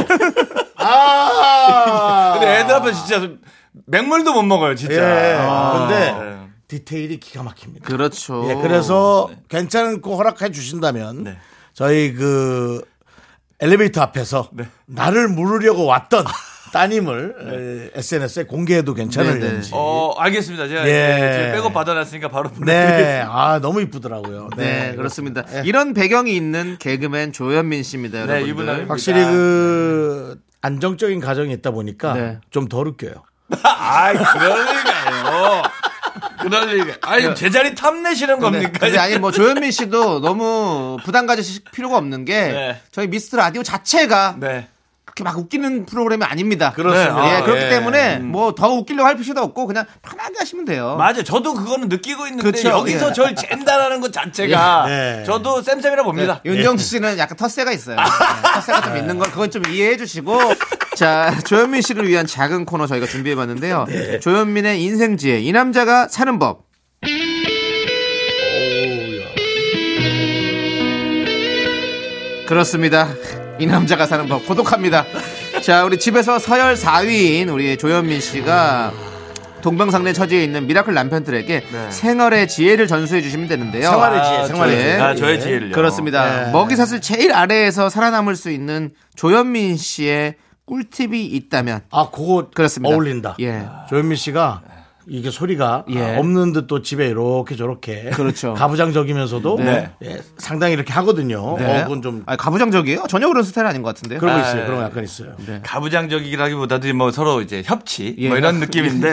[SPEAKER 1] 아.
[SPEAKER 6] 근데 애들 앞에 진짜 맹물도 못 먹어요, 진짜.
[SPEAKER 1] 예.
[SPEAKER 6] 아.
[SPEAKER 1] 근데
[SPEAKER 6] 네.
[SPEAKER 1] 디테일이 기가 막힙니다.
[SPEAKER 2] 그렇죠.
[SPEAKER 1] 예, 그래서 괜찮고 허락해 주신다면
[SPEAKER 6] 네.
[SPEAKER 1] 저희 그 엘리베이터 앞에서
[SPEAKER 2] 네.
[SPEAKER 1] 나를 물으려고
[SPEAKER 2] 아.
[SPEAKER 1] 왔던 따님을 예, SNS에 공개해도
[SPEAKER 2] 네,
[SPEAKER 1] 괜찮을지.
[SPEAKER 6] 어, 알겠습니다.
[SPEAKER 1] 예.
[SPEAKER 6] 제가 이제 지금 백업 받아놨으니까 바로 보내드릴게요.
[SPEAKER 1] 네, 아 너무 이쁘더라고요. 예.
[SPEAKER 2] 네, 그렇습니다. 이런 배경이 있는 개그맨 조현민 씨입니다,
[SPEAKER 6] 네,
[SPEAKER 2] 여러분들.
[SPEAKER 6] 이분 아닙니다.
[SPEAKER 1] 확실히 그 안정적인 가정이 있다 보니까
[SPEAKER 2] 네.
[SPEAKER 1] 좀 더 웃겨요.
[SPEAKER 6] 아이, 그럴 리가요. 그럴 리가. 아니, 제자리 탐내시는
[SPEAKER 2] 네,
[SPEAKER 6] 겁니까?
[SPEAKER 2] 근데 아니 뭐 조현민 씨도 너무 부담 가지실 필요가 없는 게
[SPEAKER 6] 네.
[SPEAKER 2] 저희 미스터 라디오 자체가
[SPEAKER 6] 네.
[SPEAKER 2] 그렇게 막 웃기는 프로그램이 아닙니다.
[SPEAKER 6] 그렇습니다.
[SPEAKER 2] 예,
[SPEAKER 6] 아,
[SPEAKER 2] 그렇기
[SPEAKER 6] 예.
[SPEAKER 2] 때문에 뭐 더 웃기려고 할 필요도 없고 그냥 편하게 하시면 돼요.
[SPEAKER 6] 맞아. 저도 그거는 느끼고 있는데,
[SPEAKER 2] 그쵸,
[SPEAKER 6] 여기서
[SPEAKER 2] 예.
[SPEAKER 6] 절 잰다라는 것 자체가
[SPEAKER 1] 예. 네.
[SPEAKER 6] 저도
[SPEAKER 2] 네,
[SPEAKER 6] 쌤쌤이라 봅니다.
[SPEAKER 1] 예. 아.
[SPEAKER 2] 윤정수 씨는 약간 텃세가 있어요. 텃세가 좀 있는 걸 그건 좀 이해해 주시고 자, 조현민 씨를 위한 작은 코너 저희가 준비해봤는데요.
[SPEAKER 1] 네.
[SPEAKER 2] 조현민의 인생지혜, 이 남자가 사는 법. 그렇습니다. 이 남자가 사는 법, 고독합니다. 자, 우리 집에서 서열 4위인 우리 조현민 씨가 동방상내 처지에 있는 미라클 남편들에게 생활의 지혜를 전수해 주시면
[SPEAKER 1] 네.
[SPEAKER 2] 되는데요. 네.
[SPEAKER 1] 생활의 지혜,
[SPEAKER 6] 아,
[SPEAKER 1] 생활의
[SPEAKER 6] 저의-
[SPEAKER 2] 지혜.
[SPEAKER 6] 아, 저의 지혜를요.
[SPEAKER 2] 예. 그렇습니다.
[SPEAKER 1] 네.
[SPEAKER 2] 먹이사슬 제일 아래에서 살아남을 수 있는 조현민 씨의 꿀팁이 있다면
[SPEAKER 1] 아, 그거
[SPEAKER 2] 그렇습니다.
[SPEAKER 1] 어울린다. 아,
[SPEAKER 2] 예. 네.
[SPEAKER 1] 조현미 씨가 이게 소리가 아,
[SPEAKER 2] 예.
[SPEAKER 1] 없는 듯 또 집에 이렇게 저렇게
[SPEAKER 2] 그렇죠.
[SPEAKER 1] 가부장적이면서도
[SPEAKER 6] 네.
[SPEAKER 1] 예, 상당히 이렇게 하거든요.
[SPEAKER 2] 네.
[SPEAKER 1] 어, 그건 좀
[SPEAKER 2] 아, 가부장적이에요? 전혀 그런 스타일 아닌 것 같은데요.
[SPEAKER 1] 그런 거
[SPEAKER 6] 아,
[SPEAKER 1] 있어요.
[SPEAKER 6] 예.
[SPEAKER 1] 그런 거 약간 있어요. 네.
[SPEAKER 6] 가부장적이라기보다도 뭐 서로 이제 협치
[SPEAKER 2] 예.
[SPEAKER 6] 뭐 이런 느낌인데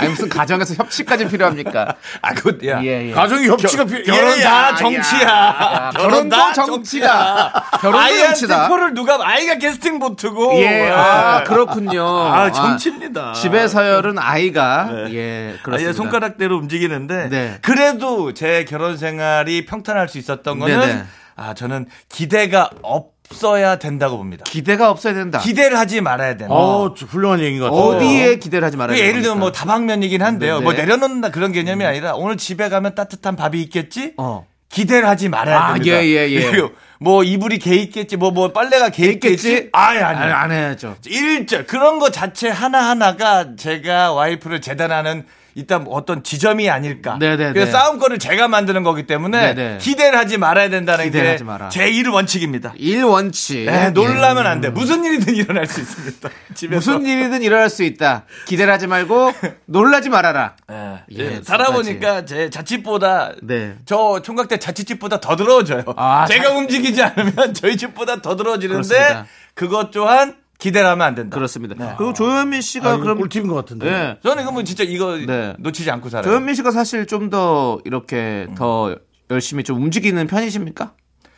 [SPEAKER 2] 아니, 무슨 가정에서 협치까지 필요합니까?
[SPEAKER 6] 아, 그, 야.
[SPEAKER 2] 예, 예.
[SPEAKER 1] 가정이 협치가 필요.
[SPEAKER 6] 결혼 다 정치야.
[SPEAKER 2] 야, 결혼도 정치다. 결혼도 정치다.
[SPEAKER 6] 아이한테 표를 누가 아이가 캐스팅 보트고.
[SPEAKER 2] 예, 아, 그렇군요.
[SPEAKER 6] 아, 정치입니다. 네.
[SPEAKER 2] 아, 집에 서열은 아이가 예, 그렇습니다.
[SPEAKER 6] 아예 손가락대로 움직이는데
[SPEAKER 2] 네.
[SPEAKER 6] 그래도 제 결혼 생활이 평탄할 수 있었던 거는
[SPEAKER 2] 네네.
[SPEAKER 6] 아 저는 기대가 없어야 된다고 봅니다.
[SPEAKER 2] 기대가 없어야 된다.
[SPEAKER 6] 기대를 하지 말아야 된다.
[SPEAKER 1] 어, 훌륭한 얘기인 것 같아요.
[SPEAKER 2] 어디에 기대를 하지 말아야
[SPEAKER 6] 그
[SPEAKER 2] 된다.
[SPEAKER 6] 예를 들면 뭐 다방면이긴 한데요.
[SPEAKER 2] 네네. 음.
[SPEAKER 6] 뭐 내려놓는다 그런 개념이 아니라 오늘 집에 가면 따뜻한 밥이 있겠지?
[SPEAKER 2] 어.
[SPEAKER 6] 기대를 하지 말아야
[SPEAKER 2] 아,
[SPEAKER 6] 됩니다.
[SPEAKER 2] 예, 예, 예.
[SPEAKER 6] 그리고 뭐 이불이 개 있겠지, 뭐 뭐 빨래가 개 있겠지?
[SPEAKER 2] 있겠지?
[SPEAKER 6] 아예
[SPEAKER 2] 안,
[SPEAKER 6] 아니에요.
[SPEAKER 2] 안 해야죠.
[SPEAKER 6] 1절 그런 거 자체 하나하나가 제가 와이프를 재단하는 일단 어떤 지점이 아닐까.
[SPEAKER 2] 네네네.
[SPEAKER 6] 그래서 싸움 거를 제가 만드는 거기 때문에
[SPEAKER 2] 네네.
[SPEAKER 6] 기대를 하지 말아야 된다는
[SPEAKER 2] 기대를 하지 마라. 예,
[SPEAKER 6] 게제 1원칙입니다.
[SPEAKER 2] 일원칙.
[SPEAKER 6] 네, 놀라면 안 돼. 무슨 일이든 일어날 수 있습니다.
[SPEAKER 2] 예.
[SPEAKER 6] 집에서.
[SPEAKER 2] 무슨 일이든 일어날 수 있다. 기대를 하지 말고 놀라지 말아라.
[SPEAKER 6] 예,
[SPEAKER 2] 예,
[SPEAKER 6] 예, 살아보니까 제 자취보다
[SPEAKER 2] 네.
[SPEAKER 6] 저 총각 때 자취집보다 더 더러워져요.
[SPEAKER 2] 아,
[SPEAKER 6] 제가
[SPEAKER 2] 자-
[SPEAKER 6] 움직이지 않으면 저희 집보다 더 더러워지는데
[SPEAKER 2] 그렇습니다.
[SPEAKER 6] 그것 또한 기대를 하면 안 된다.
[SPEAKER 2] 그렇습니다. 그리고 조현민 씨가
[SPEAKER 1] 아, 이거
[SPEAKER 2] 그럼
[SPEAKER 1] 꿀팁인 것 같은데.
[SPEAKER 2] 예.
[SPEAKER 6] 저는 그뭐 진짜 이거
[SPEAKER 2] 네.
[SPEAKER 6] 놓치지 않고 살아요.
[SPEAKER 2] 조현민 씨가 사실 좀 더 이렇게
[SPEAKER 6] 음.
[SPEAKER 2] 더 열심히 좀 움직이는 편이십니까?
[SPEAKER 6] 그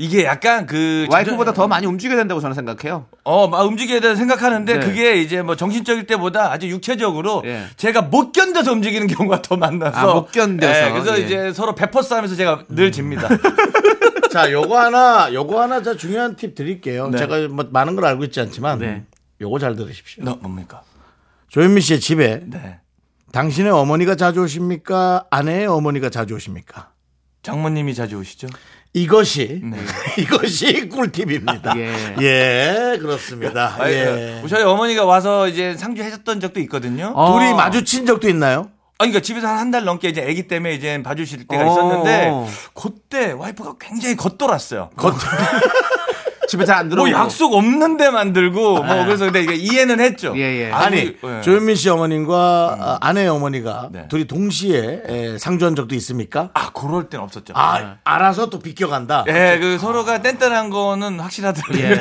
[SPEAKER 6] 이게 약간 그
[SPEAKER 2] 와이프보다 더 많이 움직여야 된다고 저는 생각해요.
[SPEAKER 6] 어, 막 움직여야 된다 생각하는데
[SPEAKER 2] 네.
[SPEAKER 6] 그게 이제 뭐 정신적일 때보다 아주 육체적으로
[SPEAKER 2] 예.
[SPEAKER 6] 제가 못 견뎌서 움직이는 경우가 더 많나서
[SPEAKER 2] 아, 못 견뎌서.
[SPEAKER 6] 예, 그래서
[SPEAKER 2] 예. 음.
[SPEAKER 6] 이제 서로 베퍼스 하면서 제가 늘 집니다.
[SPEAKER 1] 자, 요거 하나, 요거 하나 저 중요한 팁 드릴게요. 제가 뭐 많은 걸 알고 있지 않지만 요거 잘 들으십시오.
[SPEAKER 6] 너 뭡니까?
[SPEAKER 1] 조현미 씨의 집에
[SPEAKER 6] 네.
[SPEAKER 1] 당신의 어머니가 자주 오십니까? 아내의 어머니가 자주 오십니까?
[SPEAKER 6] 장모님이 자주 오시죠?
[SPEAKER 1] 이것이 이것이 꿀팁입니다.
[SPEAKER 2] 예.
[SPEAKER 1] 예, 그렇습니다.
[SPEAKER 6] 아,
[SPEAKER 1] 예.
[SPEAKER 6] 저희 어머니가 와서 이제 상주하셨던 적도 있거든요.
[SPEAKER 2] 어.
[SPEAKER 1] 둘이 마주친 적도 있나요?
[SPEAKER 6] 아니, 그러니까 집에서 한 달 넘게 이제 아기 때문에 이제 봐주실 때가
[SPEAKER 2] 어.
[SPEAKER 6] 있었는데 그때 와이프가 굉장히 겉돌았어요.
[SPEAKER 2] 집에 잘 안
[SPEAKER 6] 뭐
[SPEAKER 2] 들어오고.
[SPEAKER 6] 약속 없는데 만들고 뭐 그래서 근데 이게 이해는 했죠.
[SPEAKER 2] 예, 예.
[SPEAKER 1] 아니
[SPEAKER 6] 예.
[SPEAKER 1] 조현민 씨 어머님과 아, 아내의 어머니가
[SPEAKER 6] 네.
[SPEAKER 1] 둘이 동시에 에, 상주한 적도 있습니까?
[SPEAKER 6] 아, 그럴 땐 없었죠.
[SPEAKER 1] 아
[SPEAKER 2] 네.
[SPEAKER 1] 알아서 또 비껴간다.
[SPEAKER 6] 예, 그 서로가 뗀뗀한 거는 확실하더라고요.
[SPEAKER 2] 예.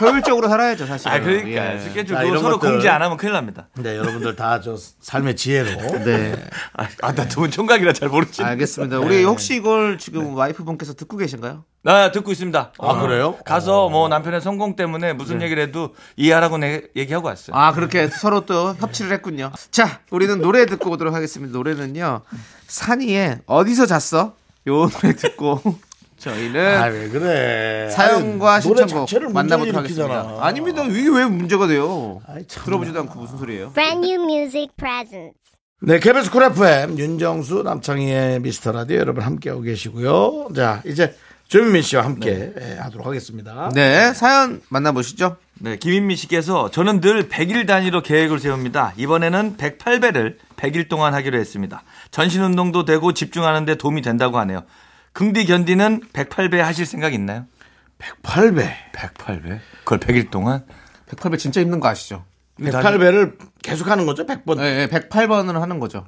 [SPEAKER 2] 효율적으로 살아야죠, 사실. 예.
[SPEAKER 6] 아, 그러니까. 이렇게 좀
[SPEAKER 1] 자,
[SPEAKER 6] 그거
[SPEAKER 1] 이런
[SPEAKER 6] 서로
[SPEAKER 1] 것들.
[SPEAKER 6] 공지 안 하면 큰일 납니다.
[SPEAKER 1] 네 여러분들 다 저 삶의 지혜로
[SPEAKER 2] 네.
[SPEAKER 6] 아, 나 두 분 총각이라 잘 모르지. 아,
[SPEAKER 2] 알겠습니다. 우리 혹시 이걸
[SPEAKER 6] 네.
[SPEAKER 2] 지금 와이프분께서 듣고 계신가요?
[SPEAKER 6] 듣고 있습니다. 아, 예.
[SPEAKER 1] 그래요?
[SPEAKER 6] 가서 뭐 남편의 성공 때문에 무슨 얘기를 해도 이해하라고 내, 얘기하고 왔어요.
[SPEAKER 2] 아, 그렇게 서로 또 협치를 했군요. 자, 우리는 노래 듣고 오도록 하겠습니다. 노래는요. 산이의 어디서 잤어? 요 노래 듣고 저희는
[SPEAKER 1] 아 왜 그래?
[SPEAKER 2] 사연과
[SPEAKER 1] 아니, 노래
[SPEAKER 2] 신청곡
[SPEAKER 1] 자체를
[SPEAKER 2] 만나보도록
[SPEAKER 1] 문제를 일으키잖아.
[SPEAKER 2] 하겠습니다. 아닙니다. 이게 왜 문제가 돼요?
[SPEAKER 1] 아이, 참.
[SPEAKER 2] 들어보지도 않고 무슨 소리예요?
[SPEAKER 7] Brand new music presents.
[SPEAKER 1] 네, KBS 쿨 FM 윤정수 남창희의 미스터 라디오 여러분 함께하고 계시고요. 자, 이제 조민민 씨와 함께 예, 하도록 하겠습니다.
[SPEAKER 2] 네, 사연 만나보시죠.
[SPEAKER 6] 네, 김인미 씨께서 저는 늘 100일 단위로 계획을 세웁니다. 이번에는 108배를 100일 동안 하기로 했습니다. 전신 운동도 되고 집중하는데 도움이 된다고 하네요. 긍디 견디는 108배 하실 생각 있나요?
[SPEAKER 1] 108배.
[SPEAKER 6] 108배? 그걸 100일 동안?
[SPEAKER 2] 108배 진짜 힘든 거 아시죠?
[SPEAKER 1] 108배를 계속 하는 거죠? 100번.
[SPEAKER 2] 예, 예, 108번으로 하는 거죠.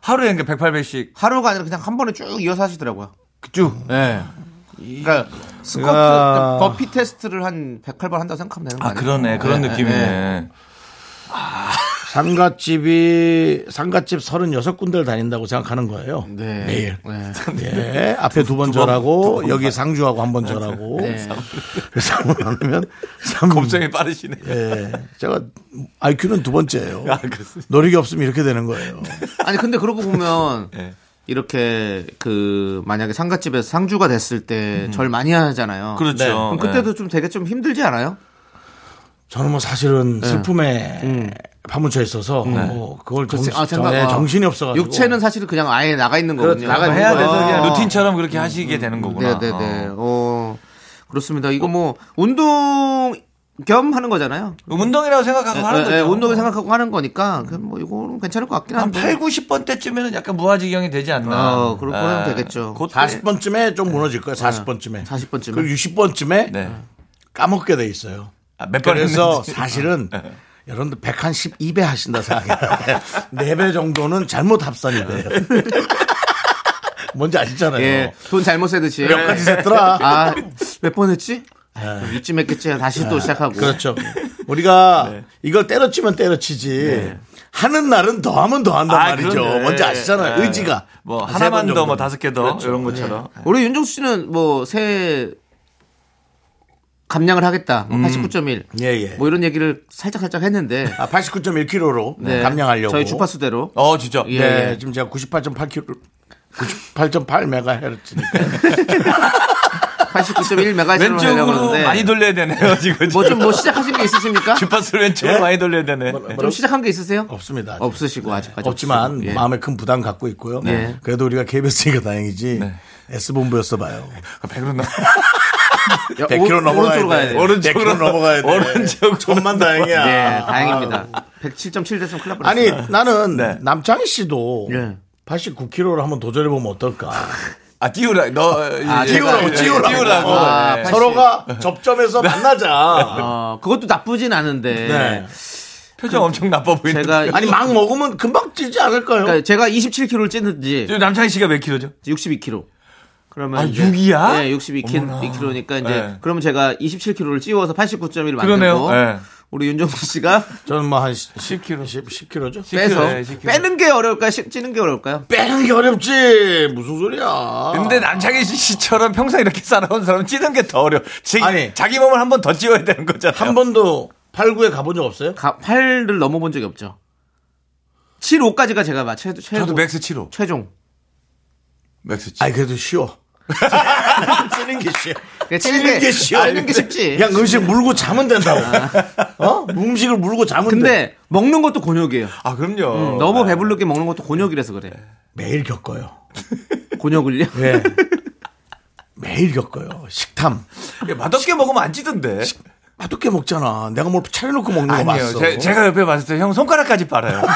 [SPEAKER 6] 하루에 그러니까 108배씩
[SPEAKER 2] 하루가 아니라 그냥 한 번에 쭉 이어서 하시더라고요.
[SPEAKER 6] 쭉
[SPEAKER 2] 예. 그러니까 스쿼트
[SPEAKER 1] 야.
[SPEAKER 2] 버피 테스트를 한 108번 한다고 생각하면 되는 거
[SPEAKER 6] 아,
[SPEAKER 2] 아니에요?
[SPEAKER 6] 그러네. 그런
[SPEAKER 2] 예,
[SPEAKER 6] 느낌이네.
[SPEAKER 2] 예, 예.
[SPEAKER 1] 상갓집이 상갓집 36군데를 다닌다고 생각하는 거예요.
[SPEAKER 2] 네.
[SPEAKER 1] 매일.
[SPEAKER 2] 네.
[SPEAKER 1] 예, 앞에 두 번 절하고 여기 상주하고 한 번 절하고
[SPEAKER 2] 네.
[SPEAKER 1] 그래서 한번 안 하면 삼-
[SPEAKER 6] 곱셈이 빠르시네.
[SPEAKER 1] 예, 제가 IQ는 두 번째예요.
[SPEAKER 6] 아, 그렇습니다.
[SPEAKER 1] 노력이 없으면 이렇게 되는 거예요.
[SPEAKER 2] 아니 근데 그러고 보면
[SPEAKER 6] 예.
[SPEAKER 2] 이렇게 그 만약에 상가집에서 상주가 됐을 때 절 많이 하잖아요. 네.
[SPEAKER 6] 음. 그렇죠.
[SPEAKER 2] 그럼 그때도 좀 되게 좀 힘들지 않아요?
[SPEAKER 1] 저는 뭐 사실은 슬픔에 파묻혀 있어서 뭐 그걸 정신,
[SPEAKER 2] 아, 생각-
[SPEAKER 1] 예,
[SPEAKER 2] 아.
[SPEAKER 1] 정신이 없어가지고 그렇죠.
[SPEAKER 2] 육체는 사실은 그냥 아예 나가 있는 거거든요.
[SPEAKER 6] 나가
[SPEAKER 2] 있는
[SPEAKER 6] 해야
[SPEAKER 2] 거예요.
[SPEAKER 6] 돼서 어. 그냥
[SPEAKER 2] 아.
[SPEAKER 6] 루틴처럼 그렇게 하시게 되는 거구나.
[SPEAKER 2] 네. 네네네.
[SPEAKER 6] 어.
[SPEAKER 2] 어. 그렇습니다. 이거 뭐 운동 겸 하는 거잖아요.
[SPEAKER 6] 운동이라고 어, 생각하고 하는 거죠.
[SPEAKER 2] 예, 예, 운동을 생각하고 하는 거니까 그뭐 이거는 괜찮을 것 같긴
[SPEAKER 6] 한
[SPEAKER 2] 한데.
[SPEAKER 6] 8, 90번 때쯤에는 약간 무아지경이 되지 않나.
[SPEAKER 2] 어, 그럴 거면
[SPEAKER 6] 예.
[SPEAKER 2] 되겠죠.
[SPEAKER 6] 곧
[SPEAKER 1] 40번쯤에 좀 무너질 거예요. 40번쯤에.
[SPEAKER 2] 40번쯤에.
[SPEAKER 1] 그리고 60번쯤에
[SPEAKER 6] 네.
[SPEAKER 1] 까먹게 돼 있어요.
[SPEAKER 6] 아, 몇번
[SPEAKER 1] 그래서
[SPEAKER 6] 했는지. 네.
[SPEAKER 1] 사실은 여러분들 112배 하신다 생각해요. 4배 정도는 잘못 합산이 돼요. 뭔지 아시잖아요.
[SPEAKER 2] 예. 돈 잘못 세듯이.
[SPEAKER 1] 몇 가지 셌더라.
[SPEAKER 2] 아, 몇 번 했지? 아이, 그럼 이쯤 했겠지. 다시 또 시작하고.
[SPEAKER 1] 그렇죠.
[SPEAKER 6] 네.
[SPEAKER 1] 우리가 이걸 때려치면 때려치지 하는 날은 더 하면 더 한단
[SPEAKER 6] 네. 아,
[SPEAKER 1] 말이죠.
[SPEAKER 6] 그러네.
[SPEAKER 1] 뭔지 아시잖아요.
[SPEAKER 6] 예.
[SPEAKER 1] 의지가.
[SPEAKER 6] 뭐
[SPEAKER 1] 세
[SPEAKER 6] 하나만
[SPEAKER 1] 번
[SPEAKER 6] 더 뭐
[SPEAKER 1] 정도는. 그렇죠. 예.
[SPEAKER 6] 다섯 개 더 이런 것처럼.
[SPEAKER 2] 어, 우리 윤종수 씨는 뭐 새 감량을 하겠다. 뭐 89.1.
[SPEAKER 1] 예, 예.
[SPEAKER 2] 뭐 이런 얘기를 살짝 살짝 했는데.
[SPEAKER 1] 아, 89.1kg로
[SPEAKER 2] 네.
[SPEAKER 1] 감량하려고.
[SPEAKER 2] 저희 주파수대로.
[SPEAKER 6] 어, 진짜.
[SPEAKER 2] 예.
[SPEAKER 1] 네, 지금 제가 98.8kg, 98.8메가헤르츠니까.
[SPEAKER 2] 89.1메가헤르츠로 하려고
[SPEAKER 6] 왼쪽으로
[SPEAKER 2] 하는데.
[SPEAKER 6] 많이 돌려야 되네요, 지금.
[SPEAKER 2] 뭐 좀 뭐 시작하신 게 있으십니까?
[SPEAKER 6] 주파수를 왼쪽으로
[SPEAKER 1] 예?
[SPEAKER 6] 많이 돌려야 되네.
[SPEAKER 2] 좀 시작한 게 있으세요?
[SPEAKER 1] 없습니다. 아직.
[SPEAKER 2] 없으시고 아직까지
[SPEAKER 1] 없지만
[SPEAKER 2] 없으시고. 예.
[SPEAKER 1] 마음에 큰 부담 갖고 있고요.
[SPEAKER 2] 네.
[SPEAKER 1] 그래도 우리가 KBS니까 다행이지. S본부였어 봐요.
[SPEAKER 6] 아, 백으로 나.
[SPEAKER 2] 야,
[SPEAKER 1] 100kg
[SPEAKER 2] 오-
[SPEAKER 1] 넘어가야
[SPEAKER 2] 오른쪽으로 가야
[SPEAKER 1] 돼.
[SPEAKER 2] 돼요.
[SPEAKER 6] 오른쪽으로
[SPEAKER 1] 100kg 넘어가야 돼.
[SPEAKER 6] 오른쪽으로
[SPEAKER 1] 좀만 다행이야.
[SPEAKER 2] 예, 다행입니다. 107.7 됐으면 큰일 날뻔했어요.
[SPEAKER 1] 아. 아니 나는
[SPEAKER 6] 네.
[SPEAKER 1] 남창희 씨도
[SPEAKER 2] 예.
[SPEAKER 1] 89kg로 한번 도전해 보면 어떨까?
[SPEAKER 6] 아, 띄우라. 너
[SPEAKER 2] 아,
[SPEAKER 6] 이제-
[SPEAKER 2] 띄우라고,
[SPEAKER 6] 예,
[SPEAKER 1] 찌우라고.
[SPEAKER 6] 띄우라고.
[SPEAKER 2] 아,
[SPEAKER 6] 예.
[SPEAKER 2] 팔십.
[SPEAKER 1] 서로가 접점에서 만나자.
[SPEAKER 2] 어, 그것도 나쁘진 않은데
[SPEAKER 1] 네.
[SPEAKER 6] 표정 엄청 나빠 보이는데.
[SPEAKER 2] 제가
[SPEAKER 1] 아니 막 먹으면 금방 찌지 않을까요?
[SPEAKER 2] 그러니까 제가 27kg를 찌는지
[SPEAKER 6] 지금 남창희 씨가 몇 킬로죠?
[SPEAKER 2] 62kg. 그러면
[SPEAKER 6] 아,
[SPEAKER 2] 이제-
[SPEAKER 6] 육이야?
[SPEAKER 2] 네, 62kg,
[SPEAKER 6] 어머나.
[SPEAKER 2] 2kg니까 이제
[SPEAKER 6] 네.
[SPEAKER 2] 그러면 제가 27kg를 찌워서 89.1을
[SPEAKER 6] 그러네요.
[SPEAKER 2] 만들고
[SPEAKER 6] 네.
[SPEAKER 2] 우리 윤정수 씨가
[SPEAKER 1] 저는 뭐한 10,
[SPEAKER 6] 10kg.
[SPEAKER 1] 10kg죠?
[SPEAKER 2] 빼서
[SPEAKER 6] 네, 10kg.
[SPEAKER 2] 빼는 게 어려울까요? 씨- 찌는 게 어려울까요?
[SPEAKER 1] 빼는 게 어렵지. 무슨 소리야?
[SPEAKER 6] 근데 남창희 씨처럼 평생 이렇게 살아온 사람 은 찌는 게 더 어려. 지,
[SPEAKER 1] 아니.
[SPEAKER 6] 자기 몸을 한 번 더 찌워야 되는 거잖아요.
[SPEAKER 1] 한 번도 89에 가본 적 없어요?
[SPEAKER 2] 가, 8을 넘어본 적이 없죠. 7, 5까지가 제가 맞 최, 최,
[SPEAKER 6] 저도 맥스 7호.
[SPEAKER 2] 최종.
[SPEAKER 6] 맥스 7호.
[SPEAKER 1] 아니 그래도 쉬워. 쓰는 게 쉬워.
[SPEAKER 2] 그러니까 찌는
[SPEAKER 1] 찌는 게 쉬워.
[SPEAKER 2] 찌는 게 쉽지.
[SPEAKER 1] 그냥 음식 물고 자면 된다고. 어? 음식을 물고 자면 돼.
[SPEAKER 2] 근데 먹는 것도 곤욕이에요.
[SPEAKER 6] 아,
[SPEAKER 1] 음,
[SPEAKER 6] 그럼요.
[SPEAKER 2] 너무 배부르게 먹는 것도 곤욕이라서 그래.
[SPEAKER 1] 매일 겪어요.
[SPEAKER 6] 네.
[SPEAKER 2] 곤욕을요?
[SPEAKER 1] 예. 매일 겪어요. 식탐.
[SPEAKER 6] 예, 맛없게 먹으면 안 찌던데.
[SPEAKER 1] 맛없게 먹잖아. 내가 뭘 차려놓고 먹는 거
[SPEAKER 6] 아니요.
[SPEAKER 1] 봤어.
[SPEAKER 6] 제, 제가 옆에 봤을 때 형 손가락까지 빨아요.